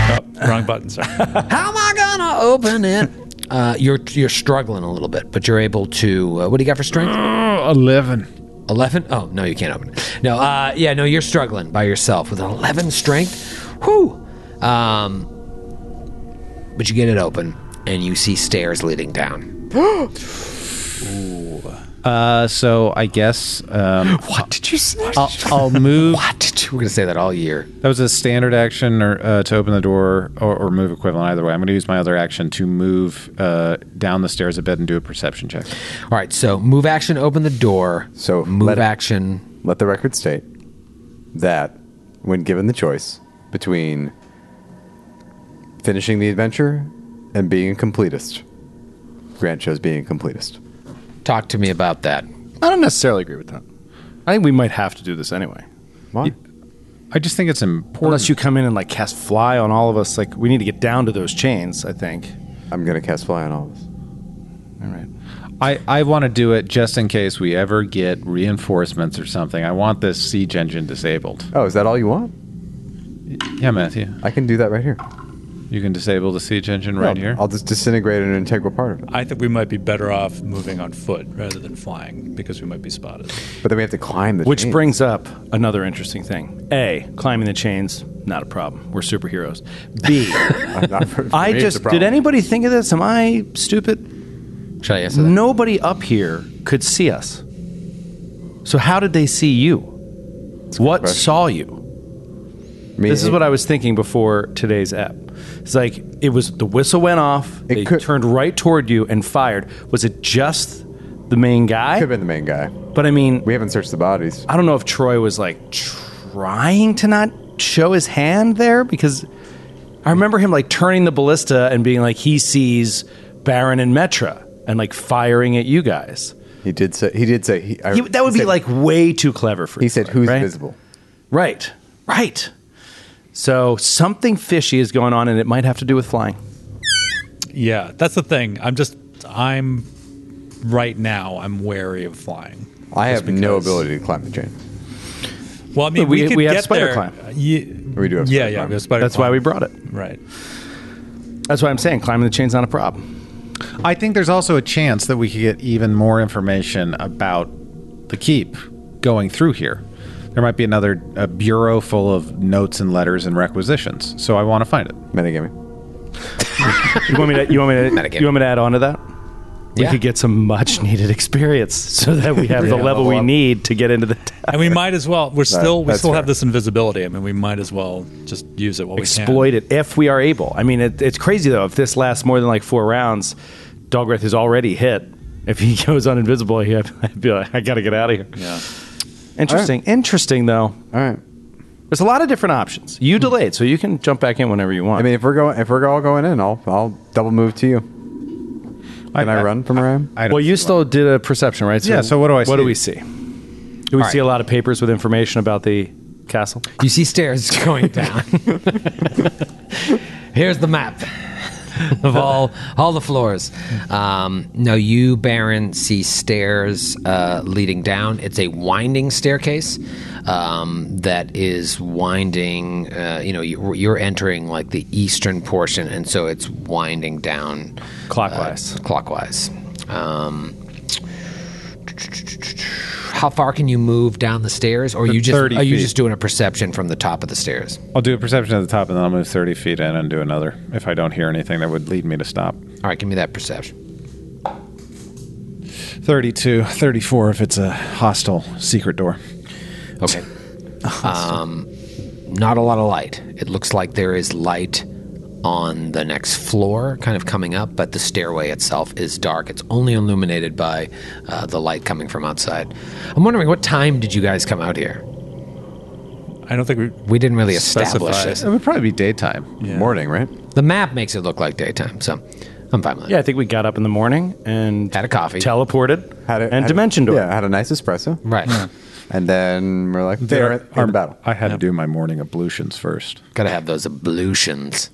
C: Oh, wrong button. Sorry.
B: How am I gonna open it? Uh, you're you're struggling a little bit, but you're able to. Uh, what do you got for strength?
F: Eleven.
B: Eleven? Oh no, you can't open it. No, uh, yeah, no, you're struggling by yourself with an eleven strength. Whew. Um, but you get it open, and you see stairs leading down.
F: Uh, so I guess um,
B: What did you say?
F: I'll, I'll move.
B: Uh, what did you? We're gonna say that all year.
F: That was a standard action or uh, to open the door or, or move equivalent either way. I'm going to use my other action to move uh, down the stairs a bit and do a perception check.
B: All right. So move action, open the door.
E: So,
B: move
E: let-
B: action.
E: Let the record state that when given the choice between finishing the adventure and being a completist, Grant chose being a completist.
B: Talk to me about that.
D: I don't necessarily agree with that. I think we might have to do this anyway.
E: Why?
F: I just think it's important.
D: Unless you come in and like cast fly on all of us, like we need to get down to those chains. I think.
E: I'm going to cast fly on all of us.
D: All right.
F: I, I want to do it just in case we ever get reinforcements or something. I want this siege engine disabled.
E: Oh, is that all you want?
F: Yeah, Matthew,
E: I can do that right here.
F: you can disable the siege engine right
E: No,
F: here.
E: I'll just disintegrate an integral part of it.
C: I think we might be better off moving on foot rather than flying because we might be spotted.
E: But then we have to climb the
D: Which
E: chain.
D: brings up another interesting thing. A, climbing the chains, not a problem. We're superheroes. B,
E: Not for- for
D: I
E: me, it's a
D: just
E: problem.
D: did anybody think of this? Am I stupid?
B: Shall I answer that?
D: Nobody up here could see us. So how did they see you? What
E: question.
D: saw you?
E: Me-
D: This is what I was thinking before today's app. It's like it was the whistle went off.
E: It
D: they
E: could-
D: turned right toward you and fired. Was it just the main guy?
E: Could have been the main guy.
D: But I mean,
E: We haven't searched the bodies.
D: I don't know if Troy was like trying to not show his hand there because I remember him like turning the ballista and being like he sees Baron and Metra and like firing at you guys.
E: He did say. He did say. He, I-
D: He, that would be
E: he said-
D: like way too clever for.
E: He
D: you,
E: said,
D: Troy,
E: "Who's
D: right?
E: visible?"
D: Right, right. So something fishy is going on, and it might have to do with flying.
C: Yeah, that's the thing. I'm just, I'm right now, I'm wary of flying.
E: I
C: Just
E: have no
C: because-
E: ability to climb the chain.
C: Well, I mean,
D: But
C: we,
D: we-
C: could
D: we have
C: get
D: spider
C: there.
D: climb.
C: Uh, ye-
E: We do have
C: yeah,
E: spider
C: yeah,
E: climb.
C: we have spider
D: That's why we brought it.
C: Right.
D: That's why I'm saying climbing the chain's not a problem.
F: I think there's also a chance that we could get even more information about the keep going through here. There might be another a bureau full of notes and letters and requisitions. So I want to find it.
E: Metagaming.
D: You want me to? You want me to?
B: Metagame.
D: you want me to add on to that?
B: yeah.
D: We could get some much needed experience so that we have the level we need to get into the.
C: And we might as well. We're still. We
E: that's
C: still have
E: fair.
C: this invisibility. I mean, we might as well just use it while we
D: exploit it if we are able. I mean, it, it's crazy though. If this lasts more than like four rounds, Dalgrith is already hit. If he goes uninvisible, he I'd be like, I gotta get out of here.
C: can. Yeah.
D: Interesting, interesting though.
E: All right.
D: There's a lot of different options.
F: Hmm.
D: You delayed, so you can jump back in whenever you want.
E: I mean, if we're going, if we're all going in, I'll I'll double move to you. Can I, run from where I am?
F: I don't
D: well, you
F: see
D: still did a perception, right?
F: Yeah, so what do I
D: What
F: see?
D: do we see? Do we see a lot of papers with information about the castle?
B: You see stairs going down. Here's the map of all all the floors. Um, no, you Baron see stairs uh, leading down. It's a winding staircase um, that is winding. Uh, you know, you, you're entering like the eastern portion, and so it's winding down
D: Clockwise.
B: clockwise. Um, how far can you move down the stairs, or you just
F: 30
B: are you
F: feet.
B: just doing a perception from the top of the stairs?
F: I'll do a perception at the top, and then I'll move 30 feet in and do another if I don't hear anything that would lead me to stop.
B: All right, give me that perception.
F: 32, 34 if it's a hostile secret door.
B: Okay. um, not a lot of light. It looks like there is light on the next floor, kind of coming up, but the stairway itself is dark. It's only illuminated by uh, the light coming from outside. I'm wondering what time did you guys come out here?
C: I don't think we.
B: We didn't really establish
C: Specified.
B: this.
F: It would probably be daytime.
E: Morning, right?
B: The map makes it look like daytime, so I'm fine with that.
D: Yeah, I think we got up in the morning and
B: Had a coffee.
D: teleported,
E: Had a,
D: and
E: had a-
D: dimension door.
E: Yeah, had a nice espresso,
B: Right.
E: and then we're like, there, in the battle.
F: I had to do my morning ablutions first.
B: Gotta have those ablutions.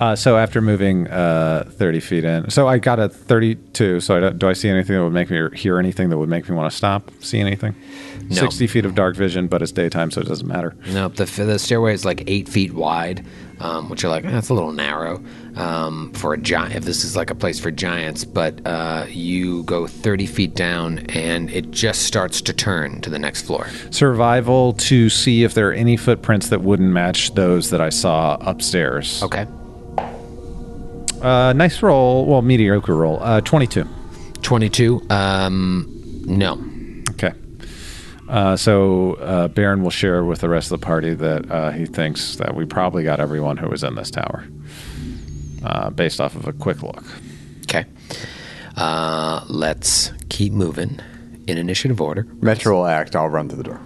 F: Uh, so after moving uh, 30 feet in, so I got a 32. So I don't, do I see anything that would make me or hear anything that would make me want to stop? See anything?
B: No.
F: 60 feet of dark vision, but it's daytime, so it doesn't matter.
B: Nope. The, the stairway is like eight feet wide, um, which are like, that's a little narrow um, for a giant. If this is like a place for giants, but uh, you go 30 feet down and it just starts to turn to the next floor.
F: Survival to see if there are any footprints that wouldn't match those that I saw upstairs.
B: Okay.
F: Uh, nice roll. Well, mediocre roll. Uh, 22.
B: 22. Um, no.
F: Okay. Uh, so uh, Baron will share with the rest of the party that uh, he thinks that we probably got everyone who was in this tower, uh, based off of a quick look.
B: Okay. Uh, let's keep moving in initiative order.
E: Metro will act. I'll run through the door.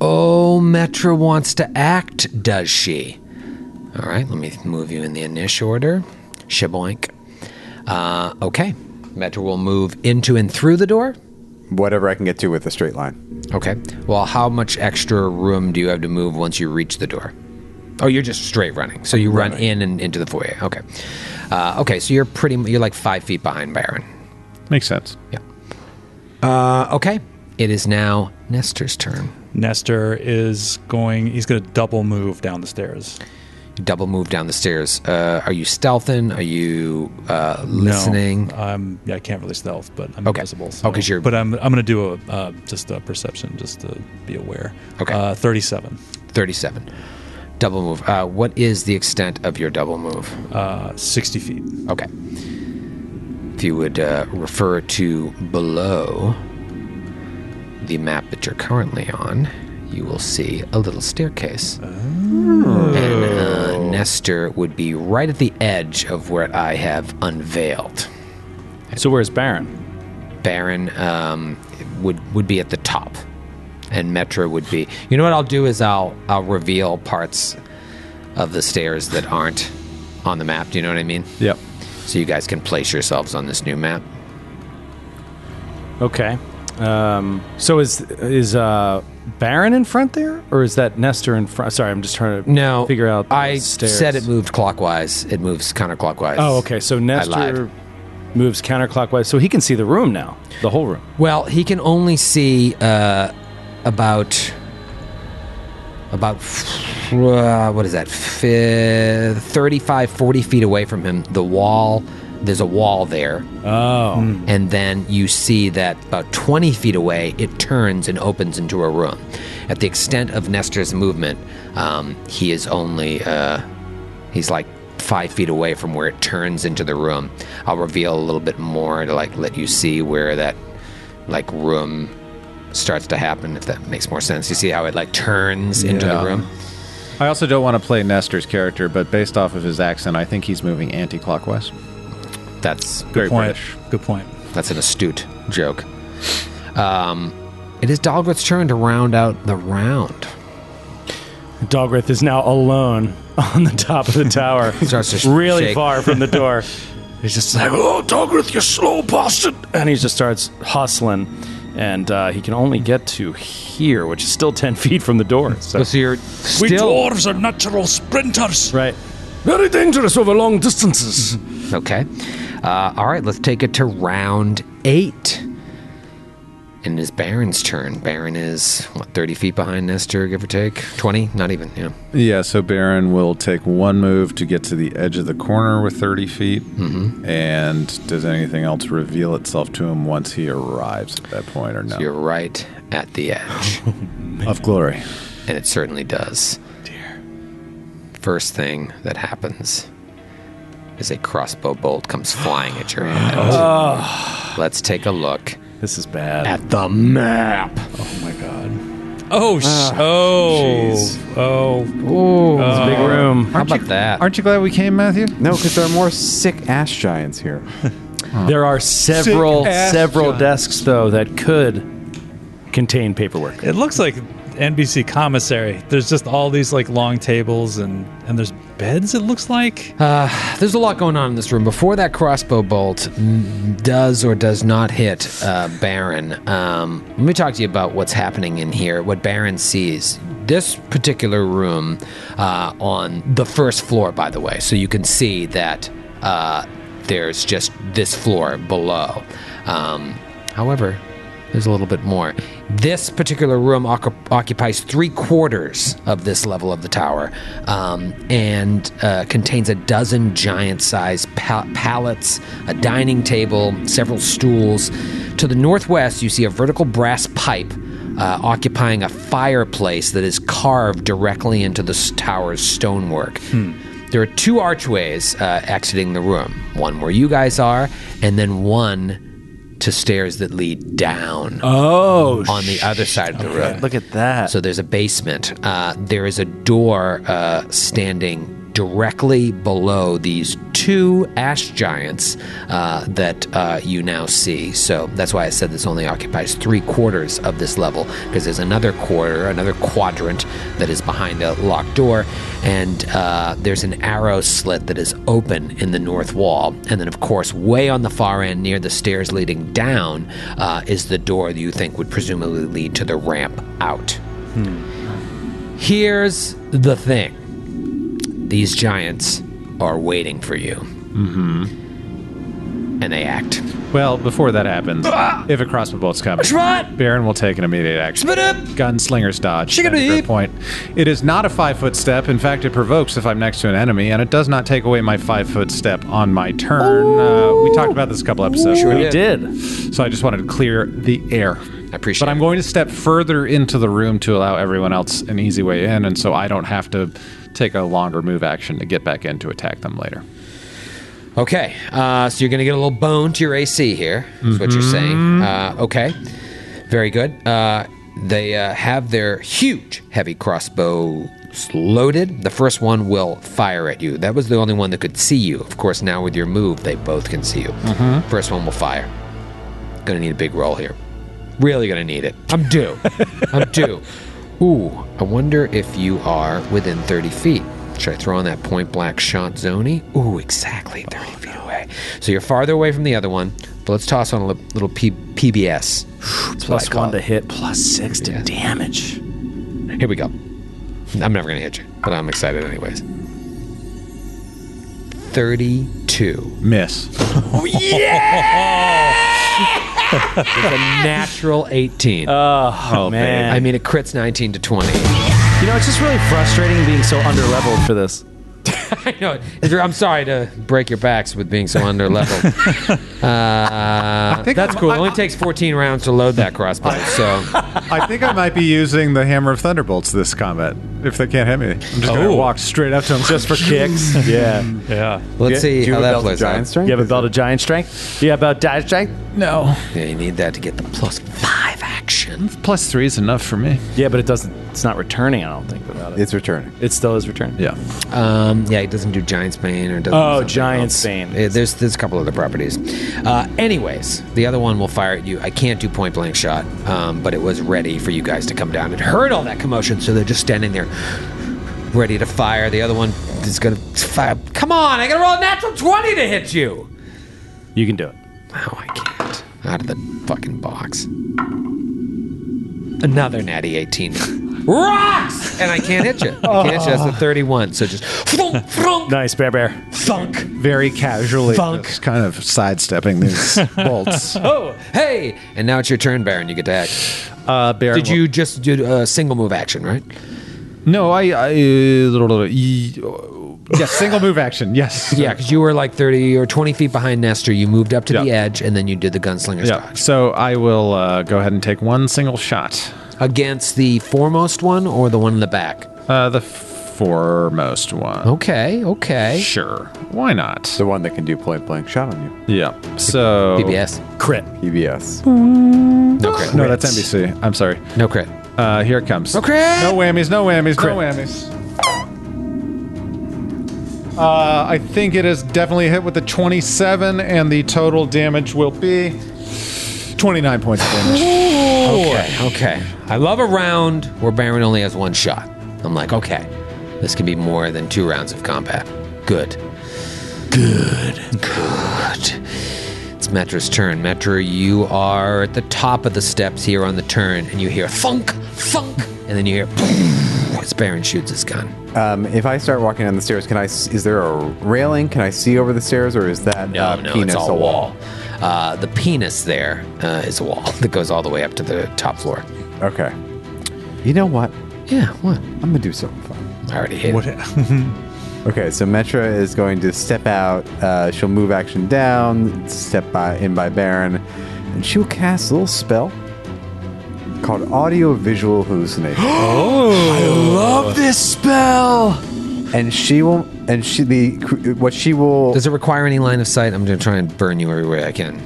B: Oh, Metra wants to act, does she? All right, let me move you in the initial order. Shaboink. Uh, okay. Metra will move into and through the door.
E: Whatever I can get to with a straight line.
B: Okay. Well, how much extra room do you have to move once you reach the door? Oh, you're just straight running. So you run in and into the foyer. Okay. Uh, okay. So you're pretty. You're like five feet behind Baron.
F: Makes sense.
B: Uh, okay. It is now Nestor's turn.
C: Nestor is going. He's going to double move down the stairs.
B: You double move down the stairs. Uh, are you stealthing? Are you uh, listening?
C: No, I'm. Um, Yeah, I can't really stealth, but I'm
B: Okay.
C: invisible.
B: Oh, 'cause you're-
C: But I'm. I'm going to do a uh, just a perception, just to be aware.
B: Okay.
C: Uh, Thirty-seven.
B: Thirty-seven. Double move. Uh, what is the extent of your double move?
C: Uh, Sixty feet.
B: Okay. If you would uh, refer to below the map that you're currently on, you will see a little staircase. And uh, Nestor would be right at the edge of what I have unveiled.
D: So where's Baron?
B: Baron um, would would be at the top, and Metro would be. You know what I'll do is I'll I'll reveal parts of the stairs that aren't on the map. Do you know what I mean?
F: Yep.
B: So you guys can place yourselves on this new map.
D: Okay. Um, so is is uh, Baron in front there, or is that Nestor in front? Sorry, I'm just trying to
B: No,
D: figure out. the
B: I
D: stairs.
B: said it moved clockwise. It moves counterclockwise.
D: Oh, okay. So
B: lied.
D: Nestor moves counterclockwise, so he can see the room now, the whole room.
B: Well, he can only see uh, about about f- uh, what is that? Fi 35, 40 feet away from him. The wall. There's a wall there.
D: Oh,
B: and then you see that about 20 feet away it turns and opens into a room at the extent of nestor's movement um, he is only uh, he's like five feet away from where it turns into the room i'll reveal a little bit more to like let you see where that like room starts to happen if that makes more sense you see how it like turns into the
F: Yeah.
B: room
F: I also don't want to play Nestor's character, but based off of his accent, I think he's moving anti-clockwise.
B: that's
F: Very
C: Point.
F: British.
C: Good point.
B: That's an astute joke. Um, it is Dalgrith's turn to round out the round.
D: Dalgrith is now alone on the top of the tower,
B: Starts to
D: really
B: shake.
D: far from the door. He's just like, "Oh, Dalgrith, you slow bastard!" And he just starts hustling, and uh, he can only get to here, which is still ten feet from the door. So
B: So you're
G: We
B: still
G: dwarves are natural sprinters.
D: right,
G: Very dangerous over long distances.
B: okay. Uh, all right, let's take it to round eight. And it is Baron's turn. Baron is what thirty feet behind Nestor, give or take twenty, not even. Yeah.
F: Yeah, so Baron will take one move to get to the edge of the corner with 30 feet. Mm-hmm. And does anything else reveal itself to him once he arrives at that point or no?
B: You're right at the edge,
F: of glory.
B: and it certainly does. Dear. First thing that happens is a crossbow bolt comes flying at your head. Let's take a look
D: this is bad.
B: at the map.
C: Oh. sh- oh. Oh.
D: Big room.
B: How about that?
H: Aren't you glad we came, Matthew?
E: No, because there are more sick ass giants here.
D: There are several
H: Sick-ass
D: several
H: giants.
D: desks though that could contain paperwork.
C: It looks like NBC commissary. There's just all these like long tables and and there's beds. It looks like.
B: There's a lot going on in this room. Before that crossbow bolt mm, does or does not hit uh, Baron, um, let me talk to you about what's happening in here. What Baron sees. this particular room uh, on the first floor, by the way, so you can see that uh, there's just this floor below. Um, however, there's a little bit more. This particular room occu- occupies three quarters of this level of the tower um, and uh, contains a dozen giant sized pa- pallets, a dining table, several stools. To the northwest, you see a vertical brass pipe uh, occupying a fireplace that is carved directly into the s- tower's stonework. There are two archways uh, exiting the room one where you guys are, and then one to stairs that lead down
I: Oh,
B: on the other side of the room.
I: look at that.
B: So there's a basement. Uh, there is a door uh, standing directly below these two ash giants uh, that uh, you now see. So that's why I said this only occupies three quarters of this level, because there's another quarter, another quadrant that is behind a locked door, and uh, there's an arrow slit that is open in the north wall. And then, of course, way on the far end near the stairs leading down uh, is the door that you think would presumably lead to the ramp out. Here's the thing these giants are waiting for you. Mm-hmm.
F: Mm-hmm.
B: And they act.
F: Well, before that happens,
H: Ah!
F: if a crossbow bolt's coming, Baron will take an immediate action. Gunslinger's dodge. at a great point. It is not a five foot step. In fact, it provokes if I'm next to an enemy, and it does not take away my five foot step on my turn. Uh, we talked about this a couple episodes ago.
D: We did.
F: So I just wanted to clear the air.
B: I appreciate
F: But I'm
B: it.
F: going to step further into the room to allow everyone else an easy way in, and so I don't have to take a longer move action to get back in to attack them later.
B: Okay, uh, so you're going to get a little bone to your AC here. Is what you're saying.
F: Mm-hmm.
B: Uh, okay, very good. Uh, they uh, have their huge, heavy crossbows loaded. The first one will fire at you. That was the only one that could see you. Of course, now with your move, they both can see you.
F: Mm-hmm.
B: First one will fire. Gonna need a big roll here. Really gonna need it. I'm due. I'm due. Ooh, I wonder if you are within 30 feet. Should I throw on that point black shot zony? Ooh, exactly 30 feet away. So you're farther away from the other one, but let's toss on a li- little P- PBS. That's what I
I: Plus
B: call
I: one to
B: it.
I: hit, plus six to
B: Yeah.
I: damage.
B: Here we go. I'm never gonna hit you, but I'm excited anyways. 32.
F: Miss.
D: Ah.
B: Natural 18.
F: Oh, man.
B: I mean, it crits 19 to 20.
I: You know, it's just really frustrating being so under leveled for this.
B: I know. Andrew, I'm sorry to break your backs with being so under leveled. uh, that's cool. it only takes 14 rounds to load that crossbow. so
F: I think I might be using the hammer of thunderbolts this combat. If they can't hit me, I'm just gonna walk straight up to them Oh. just for kicks.
D: Yeah.
C: Yeah.
B: let's see
E: Do you
B: how that
E: have a belt of
B: plays
E: giant
B: out.
E: strength?
D: You have a belt of giant strength? Do you have a belt of giant strength?
F: no,
B: Yeah, you need that to get the plus five action.
F: plus three is enough for me.
D: Yeah, but it doesn't. It's not returning. I don't think without it.
E: It's returning.
D: It still is returning.
F: Yeah,
B: Um, yeah, it doesn't do giant's bane or doesn't. do
D: Oh,
B: something
D: giant
B: else.
D: bane.
B: Yeah, there's there's a couple other properties. Uh, anyways, the other one will fire at you. I can't do point blank shot, um, but it was ready for you guys to come down and heard all that commotion, so they're just standing there, ready to fire. The other one is gonna fire. Come on, I gotta roll a natural twenty to hit you.
D: You can do it.
B: No, I can't. Out of the fucking box. Another natty 18. Rocks! And I can't hit you. I can't hit you. That's
D: Oh.
B: a 31. So just thunk, thunk,
D: Nice, Bear Bear.
B: thunk.
F: very casually,
B: Thunk.
F: just kind of sidestepping these bolts.
B: Oh, hey! And now it's your turn, Baron. You get to act.
F: Uh, Baron,
B: Did you just do a single move action, right?
F: No, I. I uh, yes, single move action. Yes.
B: Yeah, because you were like 30 or 20 feet behind Nestor. You moved up to the
F: Yeah.
B: edge, and then you did the gunslinger's
F: Yeah.
B: dodge.
F: So I will uh, go ahead and take one single shot.
B: Against the foremost one or the one in the back?
F: Uh, the foremost one.
B: Okay, okay.
F: Sure. Why not?
E: The one that can do point blank shot on you.
F: Yeah. So.
B: PBS.
I: Crit.
E: PBS.
B: No crit.
F: No, that's NBC. I'm sorry.
B: No crit.
F: Uh, here it comes.
B: No crit!
F: No whammies, no whammies, no whammies. Uh, I think it is definitely hit with the 27, and the total damage will be 29 points of damage.
B: Okay, okay. I love a round where Baron only has one shot. I'm like, okay, this can be more than two rounds of combat. Good. Good. Good. It's Metra's turn. Metra, you are at the top of the steps here on the turn, and you hear thunk, thunk, and then you hear boom, as Baron shoots his gun.
E: Um, if I start walking down the stairs, can I? s- Is there a railing? Can I see over the stairs, or is that
B: Oh, No,
E: uh,
B: no,
E: penis
B: it's all
E: a wall?
B: wall. Uh, the penis there uh, is a wall that goes all the way up to the top floor.
E: Okay. You know what?
B: Yeah, what?
E: I'm gonna do something fun.
B: I already hit. it.
E: Okay, so Metra is going to step out. Uh, she'll move action down, step by in by Baron, and she'll cast a little spell called Audio Visual Hallucination.
I: Love this spell.
E: and she will, and she the what she will.
B: Does it require any line of sight? I'm going to try and burn you every way I can.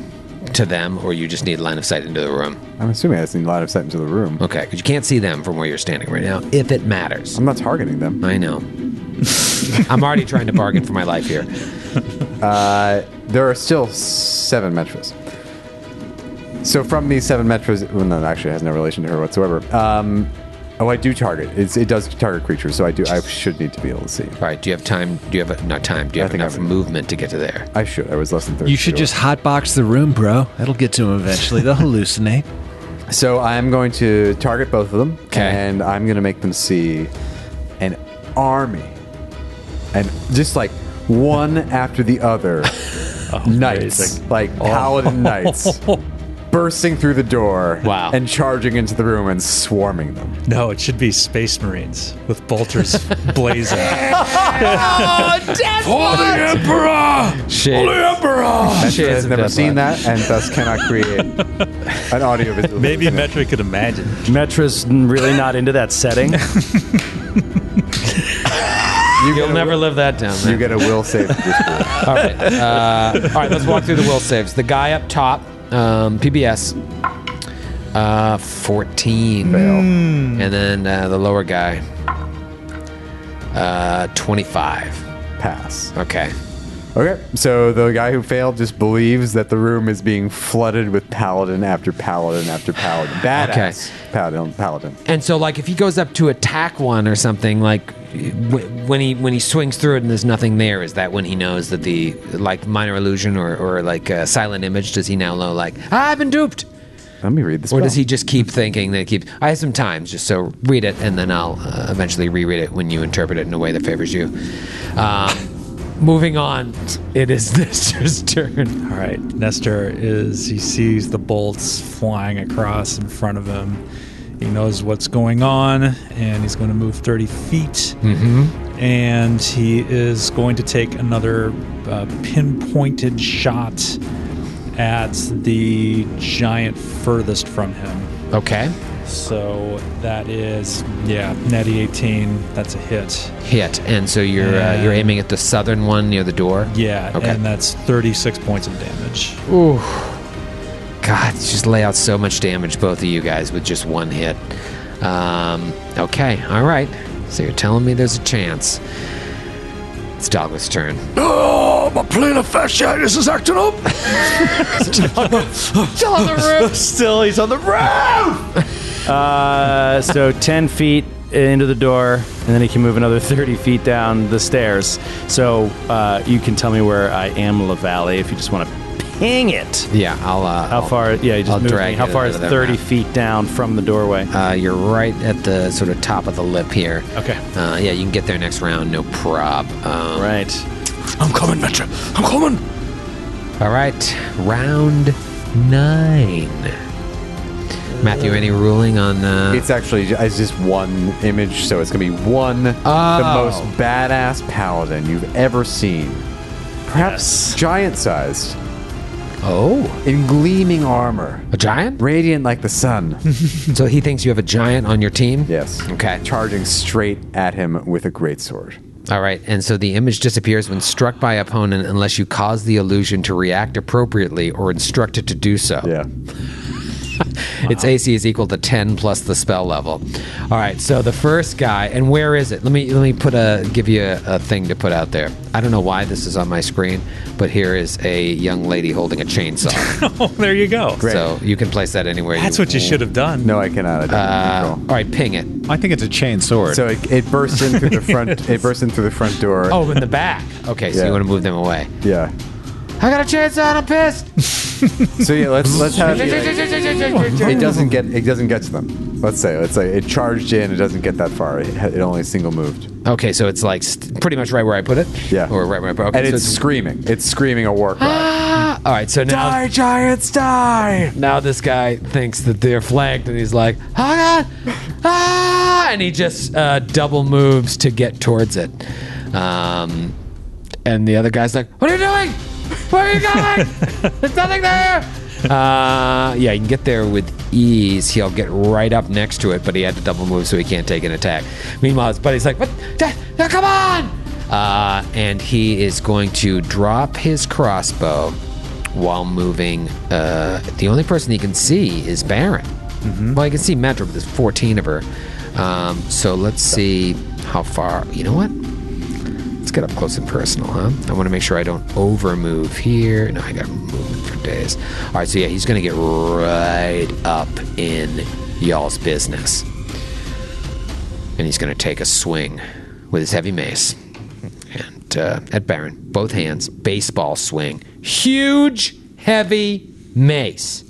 B: To them, or you just need line of sight into the room.
E: I'm assuming I just need a lot of sight into the room.
B: Okay, because you can't see them from where you're standing right now, if it matters.
E: I'm not targeting them.
B: I know. I'm already trying to bargain for my life here.
E: There are still seven metras. So from these seven metras, well, no, actually, it has no relation to her whatsoever. Um, oh, I do target. It's, it does target creatures, so I do. I should need to be able to see.
B: All right, do you have time? Do you have not time? Do you
E: I
B: have
E: think I
B: enough
E: have it.
B: movement to get to there?
E: I should. I was less than thirty.
J: You should
E: feet away.
J: just hotbox the room, bro. That'll get to him eventually. They'll hallucinate.
E: So I am going to target both of them, and I'm going to make them see an army, and just like one after the other,
B: Oh,
E: knights, like paladin knights, bursting through the door,
B: Wow.
E: and charging into the room and swarming them.
C: No, it should be Space Marines with bolters blazing.
B: Shit.
E: Metra has
B: of
E: never
B: deadlock.
E: seen that and thus cannot create an audio visual.
C: Maybe Metric could imagine.
I: Metra's really not into that setting.
E: you
B: You'll
E: get a-
B: never live that down.
E: You
B: Man.
E: get a will save. at this point.
B: All right. Uh, all right, let's walk through the will saves. The guy up top, um, PBS, uh, 14. And then uh, the lower guy, uh, 25.
E: Pass.
B: Okay.
E: Okay, so the guy who failed just believes that the room is being flooded with paladin after paladin after paladin. Badass paladin, paladin.
B: And so, like, if he goes up to attack one or something, like w- when he when he swings through it and there's nothing there, is that when he knows that the like minor illusion or or like uh, silent image? Does he now know like "Ah, I've been duped,
E: Let me read this.
B: or does he just keep thinking that he keeps? I have some times just so read it, and then I'll uh, eventually reread it when you interpret it in a way that favors you. Um, moving on, it is Nestor's turn.
C: All right, Nestor is he sees the bolts flying across in front of him. He knows what's going on, and he's going to move 30 feet. Mm-hmm. And he is going to take another uh, pinpointed shot at the giant furthest from him.
B: Okay,
C: So that is, yeah, natty 18. That's a hit.
B: hit, and so you're uh, you're aiming at the southern one near the door.
C: Yeah,
B: Okay.
C: and that's 36 points of damage.
B: God, just lay out so much damage, both of you guys, with just one hit. Um, okay, all right. So you're telling me there's a chance. It's Dogla's turn.
G: Oh, my plane of fasciitis is acting up.
I: Still, he's on the roof. uh, so ten feet into the door, and then he can move another thirty feet down the stairs. So uh, you can tell me where I am, La Valley, if you just want to ping it.
B: Yeah, I'll. Uh,
I: How
B: I'll-
I: far? Yeah, you just
B: I'll
I: moved
B: drag
I: me. How
B: it
I: far
B: into
I: is
B: the
I: thirty
B: map.
I: feet down from the doorway?
B: Uh, you're right at the sort of top of the lip here.
I: Okay.
B: Uh, yeah, you can get there next round, no prob. Um,
I: right.
G: I'm coming, Metra. I'm coming.
B: All right, round nine. Matthew, any ruling on? Uh,
E: It's actually ju- it's just one image, so it's gonna be one the
B: Oh.
E: most badass paladin you've ever seen, perhaps giant sized,
B: oh,
E: in gleaming armor,
B: a giant.
E: radiant like the sun.
B: So he thinks you have a giant on your team.
E: yes.
B: Hmm. Okay.
E: Charging straight at him with a great sword.
B: All right, and so the image disappears when struck by opponent unless you cause the illusion to react appropriately or instruct it to do so.
E: Yeah.
B: Its AC is equal to 10 plus the spell level. All right, so the first guy, and where is it? Let me let me put a give you a, a thing to put out there. I don't know why this is on my screen, but here is a young lady holding a chainsaw.
C: Oh, there you go.
B: so Uh, you can place that anywhere.
C: That's what you should have done.
E: No, I cannot. I don't have control.
B: All right, ping it.
F: I think it's a chain sword.
E: So it, it bursts in through the front. it bursts in through the front door.
B: Oh, in the back. Okay, so
E: Yeah.
B: you want to move them away.
E: yeah.
B: I got a chainsaw and I'm pissed.
E: So yeah, let's let's have. it doesn't get it doesn't get to them. Let's say, let's say it charged in. It doesn't get that far. It, it only single moved.
B: Okay, so it's like st- pretty much right where I put it.
E: Yeah.
B: Or right where I put. Okay,
E: and
B: so
E: it's, screaming. It's screaming a war cry.
B: Ah! All right, so now
K: Die, giants, die!
B: now this guy thinks that they're flanked, and he's like, "Oh God, ah!" And he just uh, double moves to get towards it. Um, and the other guy's like, "What are you doing? Where are you going? There's nothing there." Uh, yeah, he can get there with ease. He'll get right up next to it, but he had to double move, so he can't take an attack. Meanwhile, his buddy's like, "What? Da- da- come on!" Uh, and he is going to drop his crossbow while moving. Uh, the only person he can see is Baron. Well, he can see Metra, but there's 14 of her. Um, so let's see how far. You know what? Let's get up close and personal, huh? I want to make sure I don't over move here. No, I got movement for days. All right, so yeah, he's going to get right up in y'all's business. And he's going to take a swing with his heavy mace and uh, at Baron, both hands, baseball swing, huge, heavy mace.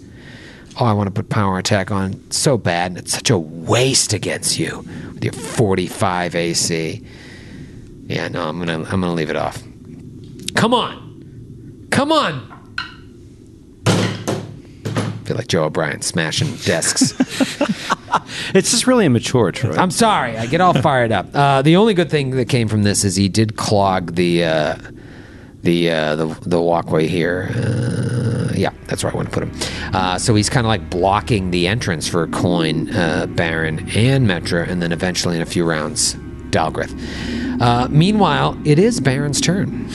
B: Oh, I want to put power attack on so bad, and it's such a waste against you with your 45 AC. Yeah, no, I'm gonna, I'm gonna leave it off. Come on, come on. Feel like Joe O'Brien smashing desks.
D: It's just really immature, Troy.
B: I'm sorry. I get all fired up. Uh, the only good thing that came from this is he did clog the uh, the, uh, the the walkway here. Uh, yeah, that's where I want to put him. Uh, so he's kind of like blocking the entrance for Coin, uh, Baron, and Metra, and then eventually in a few rounds, Dalgrith. Uh, meanwhile, it is Baron's turn.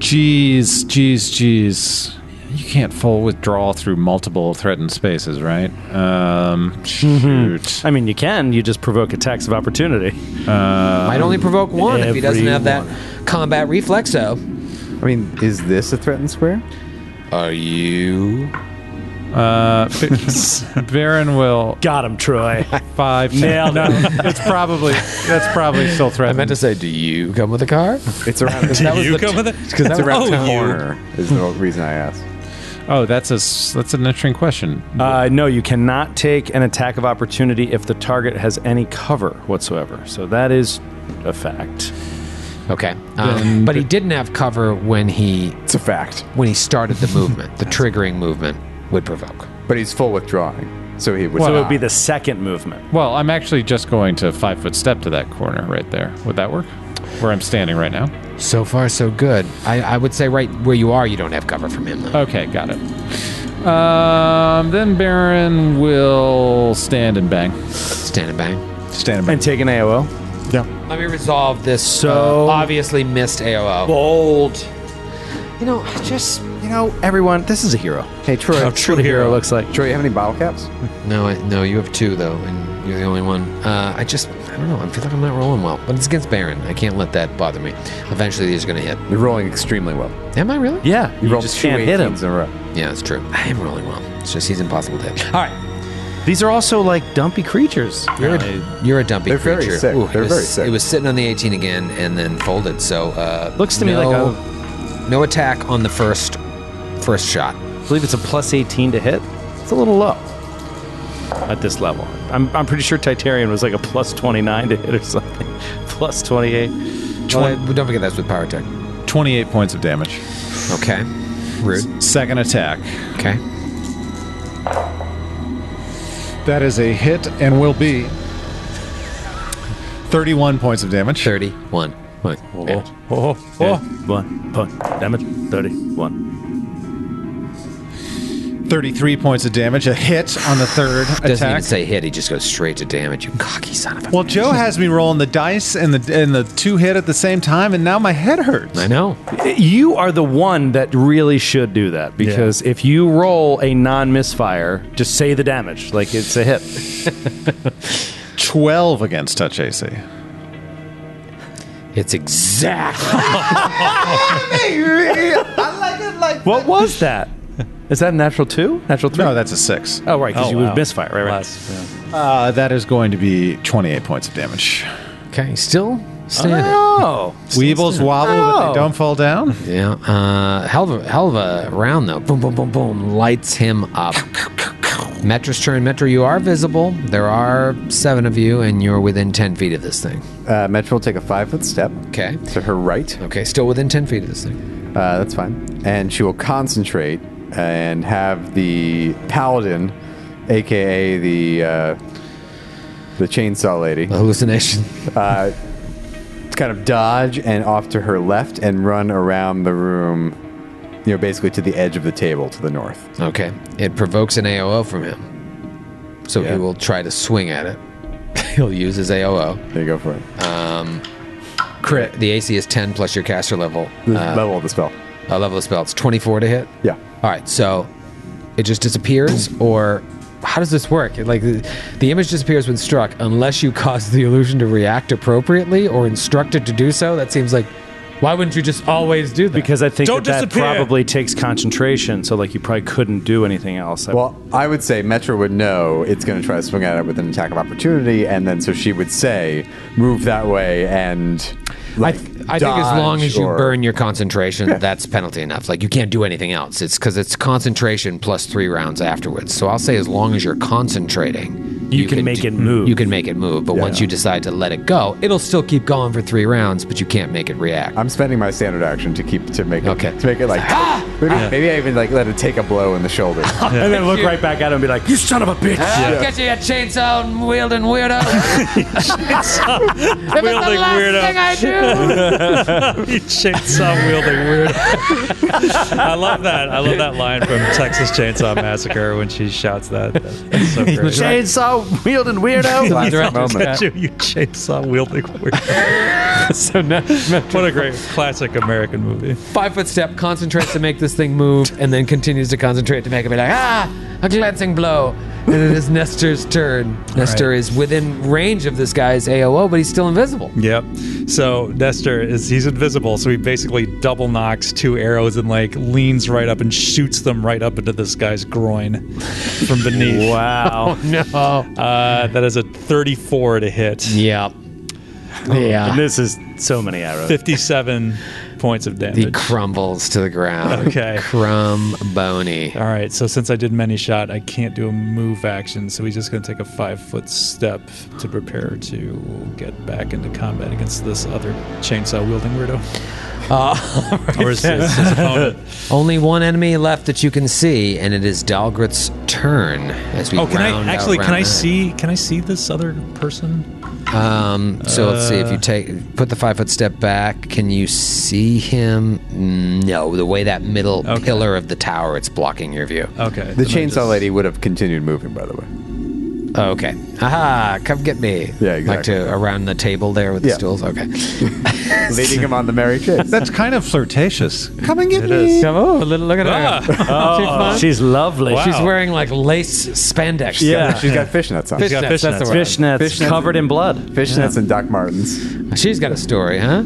F: Jeez, jeez, jeez. You can't full withdraw through multiple threatened spaces, right? Um, shoot.
D: I mean, you can. You just provoke attacks of opportunity.
B: Might only provoke one if he doesn't have that combat reflexo.
E: I mean, is this a threatened square?
B: Are you?
L: Uh, Varen will
D: Got him, Troy.
L: five.
D: Nailed
L: no, it's probably that's probably still
B: I
L: threatened.
B: meant to say, do you come with a car?
E: It's around. it's
B: That was
C: you
B: the
C: come
B: t-
C: with it?
B: Because that's
E: around
C: Oh,
E: the
C: you.
E: corner. Is the reason I asked.
F: Oh, that's a s- that's an interesting question.
D: Uh, no, you cannot take an attack of opportunity if the target has any cover whatsoever. So that is a fact.
B: Okay, um, but he didn't have cover when he
E: It's a fact.
B: when he started the movement. the triggering movement would provoke.
E: But he's full withdrawing, so he would.
D: so it
E: not.
D: would be the second movement.
F: Well, I'm actually just going to five foot step to that corner right there. Would that work? Where I'm standing right now.
B: So far, so good. Uh, I, I would say right where you are, you don't have cover from him. Though.
F: Okay, got it. Um, then Baron will stand and bang.
B: Stand and bang.
M: Stand and bang.
D: And take an AOO.
B: Let me resolve this.
D: So-
B: uh, obviously missed AOO.
D: Bold.
B: you know, just
D: You know, everyone, this is a hero.
E: Hey Troy,
C: A true hero.
D: Looks like.
E: Troy, you have any bottle caps?
B: no, I, no. You have two though, and you're the only one. Uh, I just I don't know. I feel like I'm not rolling well, but it's against Baron. I can't let that bother me. Eventually, these are gonna hit.
E: You're rolling extremely well.
B: Am I really?
D: Yeah, you,
E: rolled
D: just
E: two
D: can't hit him.
E: 18s In a row.
B: Yeah, it's true. I am rolling well. It's just he's impossible to hit. All right.
D: These are also like dumpy creatures.
B: You're a, you're a dumpy
E: They're very
B: creature.
E: sick.
B: it
E: They're
B: was,
E: very sick.
B: It was sitting on the 18 again and then folded. So uh,
D: Looks to me like
B: no- no attack on the first first shot.
D: I believe it's a plus 18 to hit. It's a little low at this level. I'm, I'm pretty sure Titarian was like a plus 29 to hit or something. Plus 28.
B: Well, that- don't forget that's with power attack.
F: 28 points of damage.
B: Okay. Rude.
F: Second attack.
B: Okay.
L: that is a hit and will be
F: 31 points of damage.
B: 31. One. Yeah.
C: Oh, oh.
D: One, one, damage, 31.
F: 33 points of damage. A hit on the third
B: Doesn't
F: attack.
B: even say hit. He just goes straight to damage. You cocky son of a.
F: well, Joe has me rolling the dice and the and the two hit at the same time, and now my head hurts.
B: I know.
D: You are the one that really should do that because if you roll a non misfire, just say the damage. Like it's a hit.
F: 12 against touch AC.
B: It's exactly.
D: What was that? Is that a natural two? Natural three?
F: No, that's a six.
D: oh, right, because
C: Oh,
D: you
C: wow.
D: would misfire. Right, right.
C: Less, yeah.
F: Uh, that is going to be 28 points of damage.
B: Okay. Still standing.
D: Oh.
F: Weevils wobble, but they don't fall down.
B: Yeah. Uh, hell, of a, hell of a round, though. Boom, boom, boom, boom. Lights him up. Metra's turn. Metra, you are visible. There are seven of you, and you're within 10 feet of this thing.
E: Uh, Metro will take a five foot step
B: Okay.
E: to her right.
B: Okay, still within 10 feet of this thing.
E: Uh, that's fine. And she will concentrate and have the paladin, aka the uh, the chainsaw lady,
D: Uh.
B: A hallucination.
E: kind of dodge and off to her left and run around the room. You know, basically to the edge of the table to the north.
B: Okay. It provokes an AOO from him. So he will try to swing at it. He'll use his AOO.
E: There you go for it.
B: Crit. The AC is 10 plus your caster level.
E: The
D: Uh,
E: level of the spell.
B: A level of spell. It's 24 to hit.
E: Yeah.
B: All right. So it just disappears, or how does this work? Like the, the image disappears when struck, unless you cause the illusion to react appropriately or instruct it to do so. That seems like why wouldn't you just always do that?
D: Because I think
C: Don't
D: that, that
C: disappear.
D: probably takes concentration, so like you probably couldn't do anything else. I-
E: Well, I would say Metro would know it's going to try to swing at it with an attack of opportunity, and then so she would say, "Move that way," and
B: I,
E: like,
B: th- I think as long
E: dodge
B: as you
E: or-
B: burn your concentration, that's penalty enough. Like you can't do anything else. It's because it's concentration plus three rounds afterwards. So I'll say as long as you're concentrating,
D: You can make
B: do-
D: it move.
B: You can make it move, but once you decide to let it go, it'll still keep going for three rounds, but you can't make it react.
E: I'm spending my standard action to keep to make it
B: Okay. Ah!
E: to make it like maybe, maybe I even like let it take a blow in the shoulder.
D: and then look right back at him and be like,
N: You son of a bitch!
B: I'll get you, you chainsaw wielding weirdo. chainsaw
C: wielding weirdo.
B: I do.
C: chainsaw wielding weird. I love that. I love that line from Texas Chainsaw Massacre when she shouts that. That's so great.
D: chainsaw wielding weirdo.
E: Last moment.
C: At you, you chainsaw wielding weirdo.
D: so now,
C: What a great classic American movie.
B: Five foot step concentrates to make this thing move, and then continues to concentrate to make it be like ah, a glancing blow. And it is Nestor's turn. Nestor is within range of this guy's AOO, but he's still invisible.
C: Yep. So Nestor is he's invisible, so he basically double knocks two arrows and like leans right up and shoots them right up into this guy's groin from beneath.
D: wow.
C: Uh, that is a 34 to hit.
B: Yep. Yeah.
D: This is so many arrows.
C: 57 points of damage.
B: He crumbles to the ground.
C: Okay.
B: Crumb bony.
C: All right, so since I did many shot, I can't do a move action, so he's just going to take a five foot step to prepare to get back into combat against this other chainsaw wielding weirdo. or his, his, his opponent.
B: Only one enemy left that you can see, and it is Dalgrith's turn as we
C: Oh, can
B: round
C: I
B: out
C: actually? Can
B: round
C: I
B: nine.
C: see? Can I see this other person?
B: Um, so let's see if you take put the five foot step back. Can you see him? No, the way that middle
C: Okay.
B: pillar of the tower, it's blocking your view.
C: Okay,
E: The
C: then I
E: chainsaw
C: just-
E: lady would have continued moving, by the way.
B: Okay. Aha! Come get me.
E: Yeah,
B: Like
E: exactly.
B: to around the table there with the
E: Yeah.
B: stools. Okay.
E: Leading him on the merry chase.
O: That's kind of flirtatious. Come and get
C: is.
B: Come over. Look at her.
D: She's lovely.
C: Wow.
D: She's
B: Ah. She's wearing like lace spandex.
D: Yeah.
E: She's got fishnets on.
B: Fishnets,
C: got
B: that's the
C: fishnets.
B: word.
D: fishnets,
E: Fishnets.
D: covered in blood.
E: Fishnets and Doc Martens.
B: She's got a story, huh?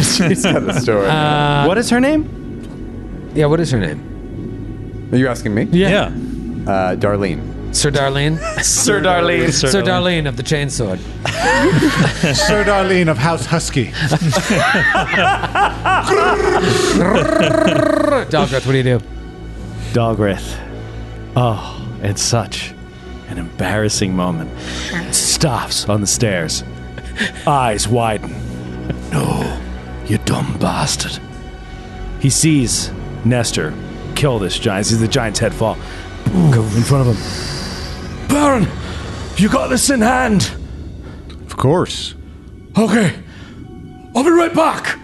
E: She's got a story.
B: Uh,
C: Uh,
D: what is her name?
B: Yeah, what is her name?
E: Are you asking me?
C: Yeah,
E: Uh, Darlene.
B: Sir Darlene?
D: Sir Darlene.
B: Sir Darlene of the Chainsword.
F: Sir Darlene of House Husky.
B: Dalgrith, what do you do?
D: Dogrith. Oh, it's such an embarrassing moment. Stops on the stairs, eyes widen. No, you dumb bastard. He sees Nestor kill this giant, sees the giant's head fall. Go in front of him. Baron, you got this in hand.
F: Of course.
D: Okay, I'll be right back.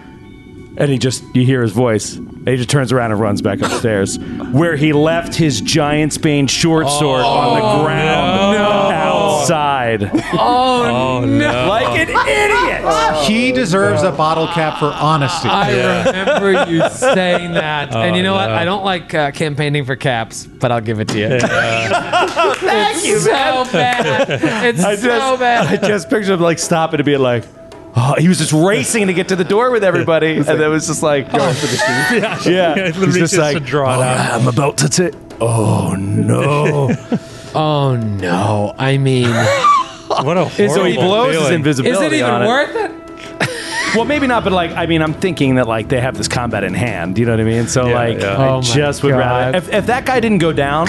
D: And he just, you hear his voice. And he just turns around and runs back upstairs, where he left his giant Bane short sword on the ground outside.
B: Oh, no.
D: Like an idiot!
F: He deserves a bottle cap for honesty.
B: I remember you saying that. and you know what? I don't like uh, campaigning for caps, but I'll give it to you. Thank it's you, so bad. It's
D: I
B: so
D: just, I
B: bad.
D: just pictured him like stopping and being like, oh, he was just racing to get to the door with everybody, and then it was just like, going for the shoe. Yeah,
C: Yeah,
D: He's
C: literally just to draw it
D: "All
C: out."
D: right, I'm about to take. Oh no!
B: Oh, no. I mean,
C: what a horrible
D: so he blows his
B: is
C: feeling.
D: invisibility
B: it even
D: on it.
B: worth it?
D: well, maybe not, but like, I mean, I'm thinking that like they have this combat in hand. You know what I mean? So like,
C: yeah.
D: I
H: Oh my
D: just would rather
H: God.
D: if, if that guy didn't go down,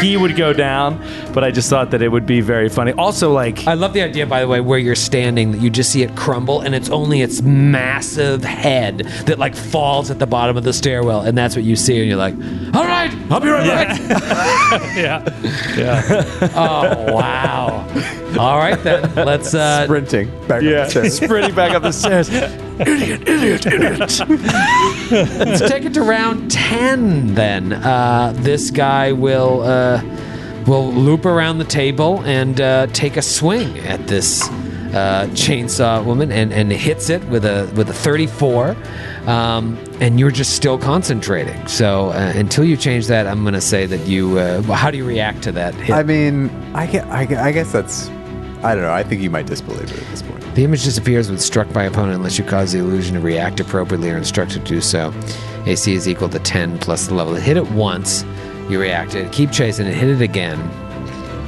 D: he would go down. But I just thought that it would be very funny. Also, like,
B: I love the idea, by the way, where you're standing that you just see it crumble, and it's only its massive head that like falls at the bottom of the stairwell, and that's what you see, and you're like, "All right, I'll be right back."
C: yeah, yeah.
B: oh wow! All right then, let's. Uh,
E: Sprinting back up the stairs.
D: sprinting back up the stairs.
B: Let's take it to round 10 then. Uh, this guy will uh, will loop around the table and uh, take a swing at this uh, chainsaw woman and, and hits it with a with a 34. Um, and you're just still concentrating. So uh, until you change that, I'm going to say that you. Uh, well, how do you react to that hit?
E: I mean, I, gue- I, gue- I guess that's. I don't know. I think you might disbelieve it at this point.
B: The image disappears when struck by opponent unless you cause the illusion to react appropriately or instructed to do so. AC is equal to 10 plus the level. Hit it once, you react it. Keep chasing it, hit it again.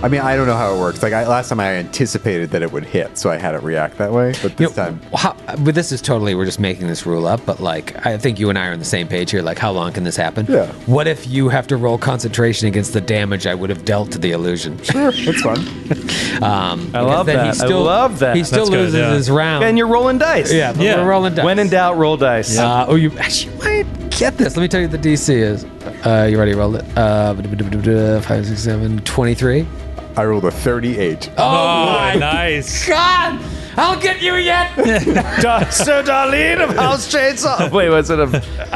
E: I mean, I don't know how it works. Like I, last time, I anticipated that it would hit, so I had it react that way. But this
B: You know,
E: time,
B: how- but this is totally, we're just making this rule up, but like, I think you and I are on the same page here. Like, how long can this happen?
E: Yeah.
B: What if you have to roll concentration against the damage I would have dealt to the illusion?
E: it's fun.
B: Um, because
D: love
B: then he
D: that. I
B: still-
D: love that.
B: He still
C: That's good,
B: loses
C: yeah.
B: his round.
D: And you're rolling dice.
B: yeah, but
C: Yeah.
B: we're rolling dice.
D: When in doubt, roll dice.
B: Uh, oh, you actually might get this. Let me tell you what the DC is. Uh, you already rolled it. Uh, 5, 6, 7, 23.
E: I rolled a 38.
B: Oh,
C: Oh,
B: my
C: nice.
B: God! I'll get you yet!
D: Da- so Darlene of House Chainsaw. Wait, was it a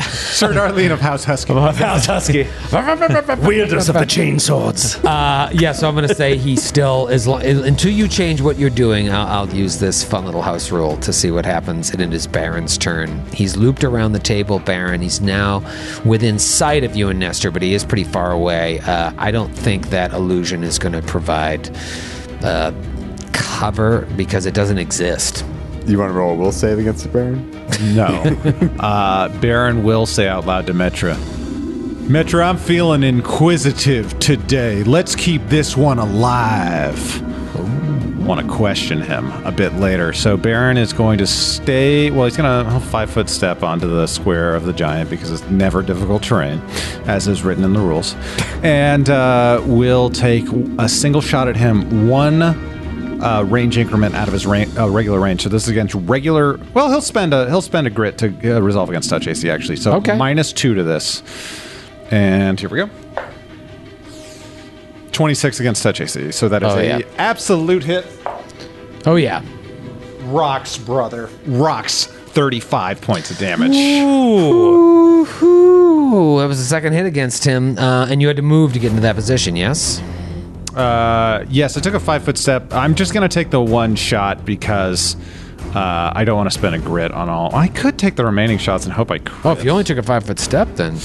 J: Sir Darlene of House Husky.
D: House Husky?
G: Wielders of the chainswords.
B: Uh, yeah, so I'm going to say he still is. Lo- until you change what you're doing, I'll, I'll use this fun little house rule to see what happens. And it is Baron's turn. He's looped around the table, Baron. He's now within sight of you and Nestor, but he is pretty far away. Uh, I don't think that illusion is going to provide uh, cover because it doesn't exist.
E: You want to roll a will save against the Baron?
F: No. uh, Baron will say out loud to Metra,
J: Metro, I'm feeling inquisitive today. Let's keep this one alive.
F: want to question him a bit later. So Baron is going to stay. Well, he's going to five foot step onto the square of the giant because it's never difficult terrain, as is written in the rules, and uh, will take a single shot at him. One. Uh, range increment out of his ra- uh, regular range, so this is against regular. Well, he'll spend a he'll spend a grit to uh, resolve against touch AC actually. So
B: Okay.
F: minus two to this, and here we go. Twenty six against touch AC, so that is
B: Oh,
F: a
B: yeah.
F: absolute hit.
B: Oh, yeah.
F: Rocks, brother. Rocks. 35 points of damage.
B: Ooh, that was the second hit against him. Uh, and you had to move to get into that position, yes?
F: Uh, yes, I took a five foot step. I'm just going to take the one shot because uh, I don't want to spend a grit on all. I could take the remaining shots and hope I crit.
B: Oh, if you only took a five foot step, then.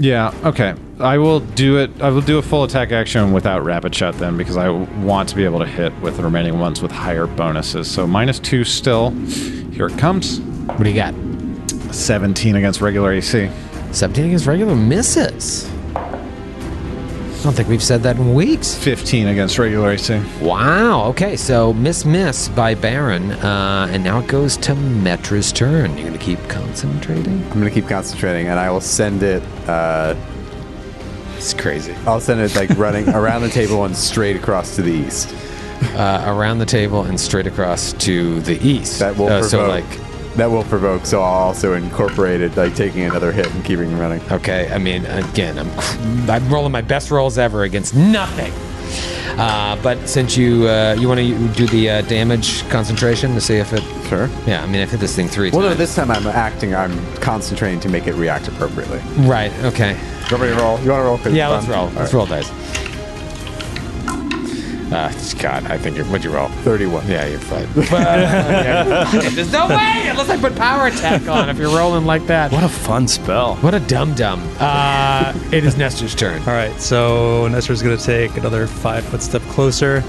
F: Yeah, okay. I will do it. I will do a full attack action without rapid shot then because I want to be able to hit with the remaining ones with higher bonuses. So minus two still. Here it comes.
B: What do you got?
F: 17 against regular AC.
B: 17 against regular misses. I don't think we've said that in weeks.
F: 15 against regular AC.
B: Wow. Okay, so miss miss by Baron, uh, and now it goes to Metra's turn. You're gonna keep concentrating.
E: I'm gonna keep concentrating, and I will send it. Uh,
B: It's crazy.
E: I'll send it like running around the table and straight across to the east.
B: Uh, around the table and straight across to the east.
E: That will
B: Uh,
E: provoke.
B: so like.
E: that will provoke. So I'll also incorporate it, like taking another hit and keeping running.
B: Okay, I mean, again, I'm I'm rolling my best rolls ever against nothing. Uh, but since you uh, you want to do the uh, damage concentration to see if it
E: Sure.
B: yeah I mean I've hit this thing three
E: Well, no.
B: times.
E: This time I'm acting. I'm concentrating to make it react appropriately.
B: Right. Okay.
E: You want me to roll? You want to roll? 'Cause
B: Yeah, let's
E: it's fun.
B: roll.
E: All
B: Let's
E: right.
B: roll dice. Uh, God, I think you're. What'd you roll?
E: Thirty-one.
B: Yeah, you're fine. There's no way unless I put power attack on. If you're rolling like that,
D: What a fun spell.
B: what a dum dum. Uh, it is Nestor's turn.
C: All right, so Nestor's going to take another five foot step closer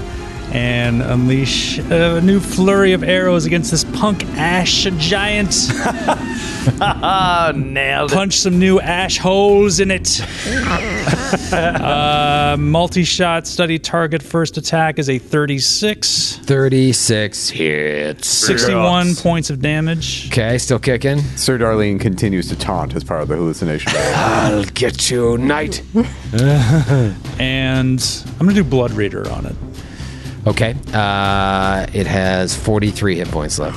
C: and unleash a new flurry of arrows against this punk ash giant.
D: Nailed it.
C: punch some new ash holes in it. uh, multi shot study target first attack is a 36,
B: 36 hits.
C: 61 points of damage.
B: Okay, still kicking.
E: Sir Darlene continues to taunt as part of the hallucination.
B: I'll get you, knight.
C: And I'm going to do Blood Reader on it.
B: Okay, uh, it has 43 hit points left.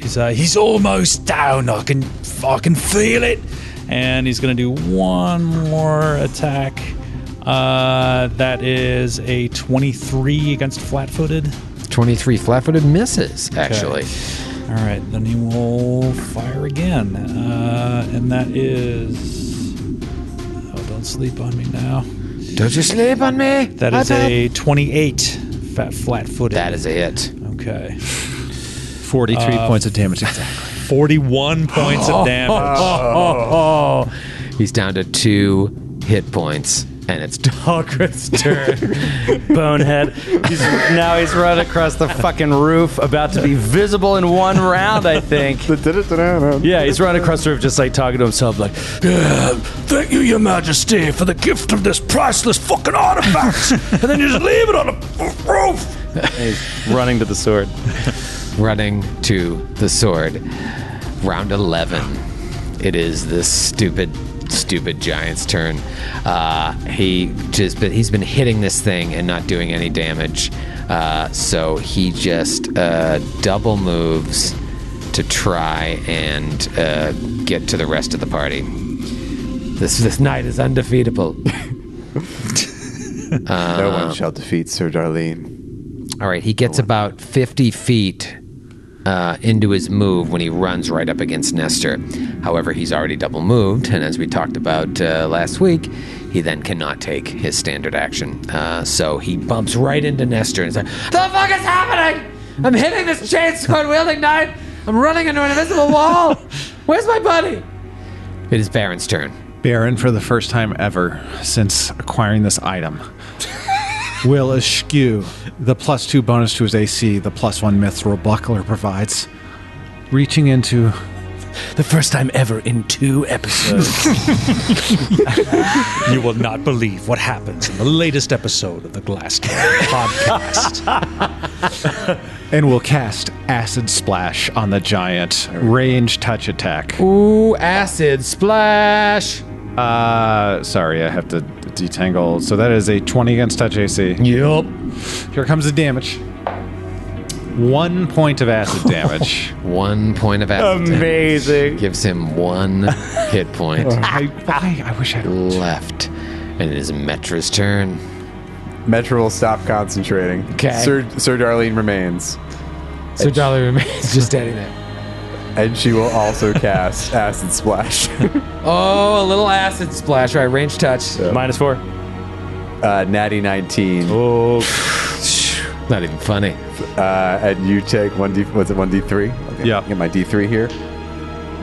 C: He's, uh, he's almost down. I can, I can feel it. And he's going to do one more attack. Uh, that is a 23 against flat footed.
B: 23 flat footed misses, actually.
C: All right, then he will fire again. Uh, and that is. Oh, don't sleep on me now.
B: Don't you sleep on me?
C: That is a 28 fat flat footed.
B: That is a hit.
C: Okay.
J: 43 points of damage exactly.
C: 41 points of damage.
B: He's down to two hit points, and it's Dogger's turn.
D: bonehead. He's, now he's run across the fucking roof, about to be visible in one round, I think. Yeah, he's run across the roof just like talking to himself, like,
G: Yeah, thank you, Your Majesty, for the gift of this priceless fucking artifact. and then you just leave it on the roof.
D: running to the sword.
B: Running to the sword. Round 11. It is this stupid, stupid giant's turn. Uh, he just, but he's been hitting this thing and not doing any damage. Uh, so he just uh, double moves to try and uh, get to the rest of the party. This this knight is undefeatable.
E: no one shall defeat Sir Darlene.
B: All right, he gets about 50 feet uh, into his move when he runs right up against Nestor. However, he's already double moved, and as we talked about uh, last week, he then cannot take his standard action. Uh, so he bumps right into Nestor and is like, The fuck is happening? I'm hitting this chainsaw wielding knight. I'm running into an invisible wall. Where's my buddy? It is Baron's turn.
F: Baron, for the first time ever since acquiring this item, will eschew the plus two bonus to his AC the plus one mithril buckler provides, reaching into
I: The first time ever in two episodes.
C: You will not believe what happens in the latest episode of the Glass Cannon podcast.
F: and will cast acid splash on the giant range touch attack.
B: Ooh, acid splash.
F: Uh, sorry, I have to detangle. So that is a 20 against touch AC.
B: Yup.
F: Here comes the damage. One point of acid damage.
B: One point of acid. damage.
D: Amazing.
B: Gives him one hit point.
F: I, I, I wish I had
B: left, and it is Metra's turn.
E: Metro will stop concentrating.
B: 'Kay.
E: Sir, Sir Darlene remains,
B: So Dolly remains just standing there.
E: and she will also cast Acid Splash.
B: Oh, a little acid splash, right? Range touch.
D: Minus four.
E: Uh, Natty 19,
B: Not even funny.
E: uh, and you take one d. Was it one d three? Okay,
F: Yeah.
E: Get my d three here.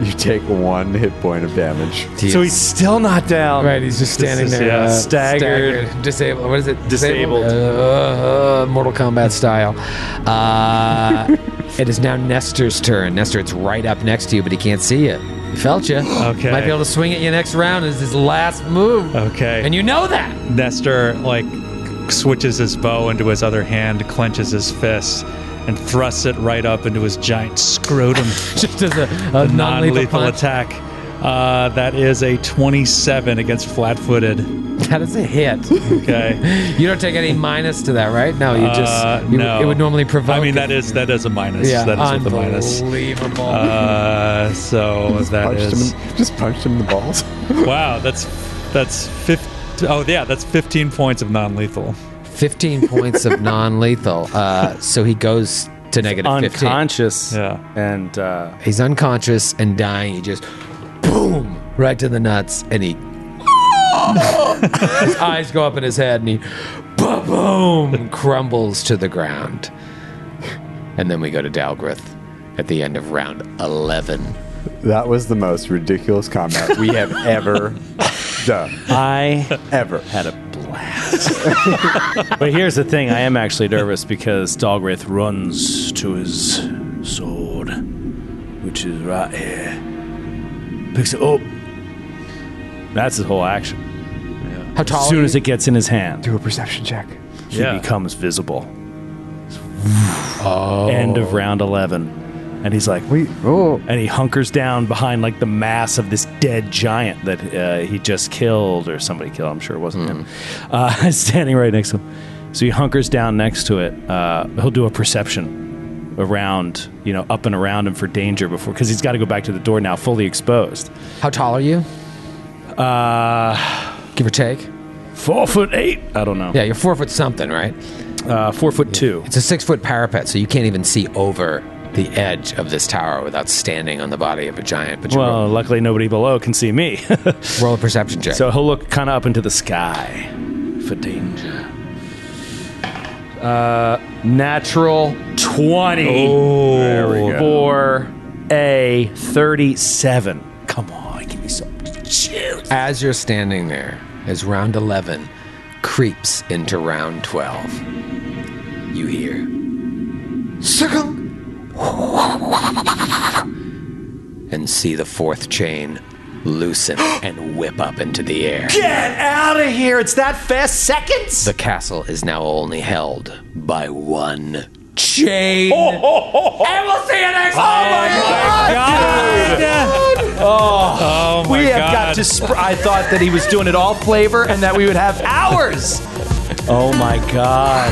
E: You take one hit point of damage.
D: So "Oh, he's still not down.
B: right. He's just standing
D: is,
B: there,
D: yeah, staggered.
B: disabled. What is it?
D: Disabled.
B: Uh, uh, Mortal Kombat style. Uh, it is now Nestor's turn. Nestor, it's right up next to you, but he can't see you. He felt you.
C: Okay.
B: Might be able to swing at you next round. Is his last move.
C: Okay.
B: And you know that.
C: Nestor like switches his bow into his other hand, clenches his fist, and thrusts it right up into his giant scrotum.
B: Just as a, a
C: A
B: non-lethal
C: non-lethal
B: punch.
C: attack. Uh, that is a 27 against flat-footed.
B: That is a hit.
C: Okay.
B: You don't take any minus to that, right? No, you just
C: Uh,
B: you,
C: no.
B: it would normally provoke.
C: I mean, that is that is a minus.
B: yeah,
C: that is with a minus.
B: unbelievable.
C: Uh, so that
E: Punched
C: is
E: him in- just punched him in the balls.
C: wow. That's that's 15. Oh yeah, that's 15 points of non-lethal.
B: Fifteen points of non-lethal. Uh, so he goes to negative fifteen.
D: Unconscious.
C: Yeah.
D: And uh,
B: He's unconscious and dying. He just boom right to the nuts, and he his eyes go up in his head, and he boom, boom crumbles to the ground. And then we go to Dalgrith at the end of round eleven.
E: That was the most ridiculous combat we have ever done.
D: I
E: Ever.
D: had a blast. but here's the thing I am actually nervous because Dalgrith runs to his sword
P: which is right here. Picks it up.
D: That's his whole action.
B: How tall?
D: As soon as it gets in his hand,
Q: Do a perception check.
D: he becomes visible. Oh. End of round 11. And he's like,
Q: We oh
D: and he hunkers down behind like the mass of this dead giant that uh, he just killed or somebody killed. I'm sure it wasn't him.
B: Hmm.
D: Uh, standing right next to him, so he hunkers down next to it. Uh, he'll do a perception around, you know, up and around him for danger before because he's got to go back to the door now, fully exposed.
B: How tall are you?
D: Uh,
B: Give or take.
D: four foot eight. I don't know.
B: Yeah, you're four foot something, right?
D: Uh, four foot two.
B: It's a six foot parapet, so you can't even see over the edge of this tower without standing on the body of a giant. But you
D: Well, luckily nobody below can see me.
B: roll, roll a perception check.
D: So he'll look kind of up into the sky for danger. Uh, natural 20 for a 37. Come on, give me some.
B: As you're standing there, as round 11 creeps into round 12, you hear. And see the fourth chain loosen and whip up into the air.
D: Get out of here. It's that fast seconds.
B: The castle is now only held by one chain.
D: Oh,
B: And we'll see you next
C: Oh my
D: we have
C: God.
D: got to. Sp- I thought that he was doing it all flavor and that we would have hours. Oh my God.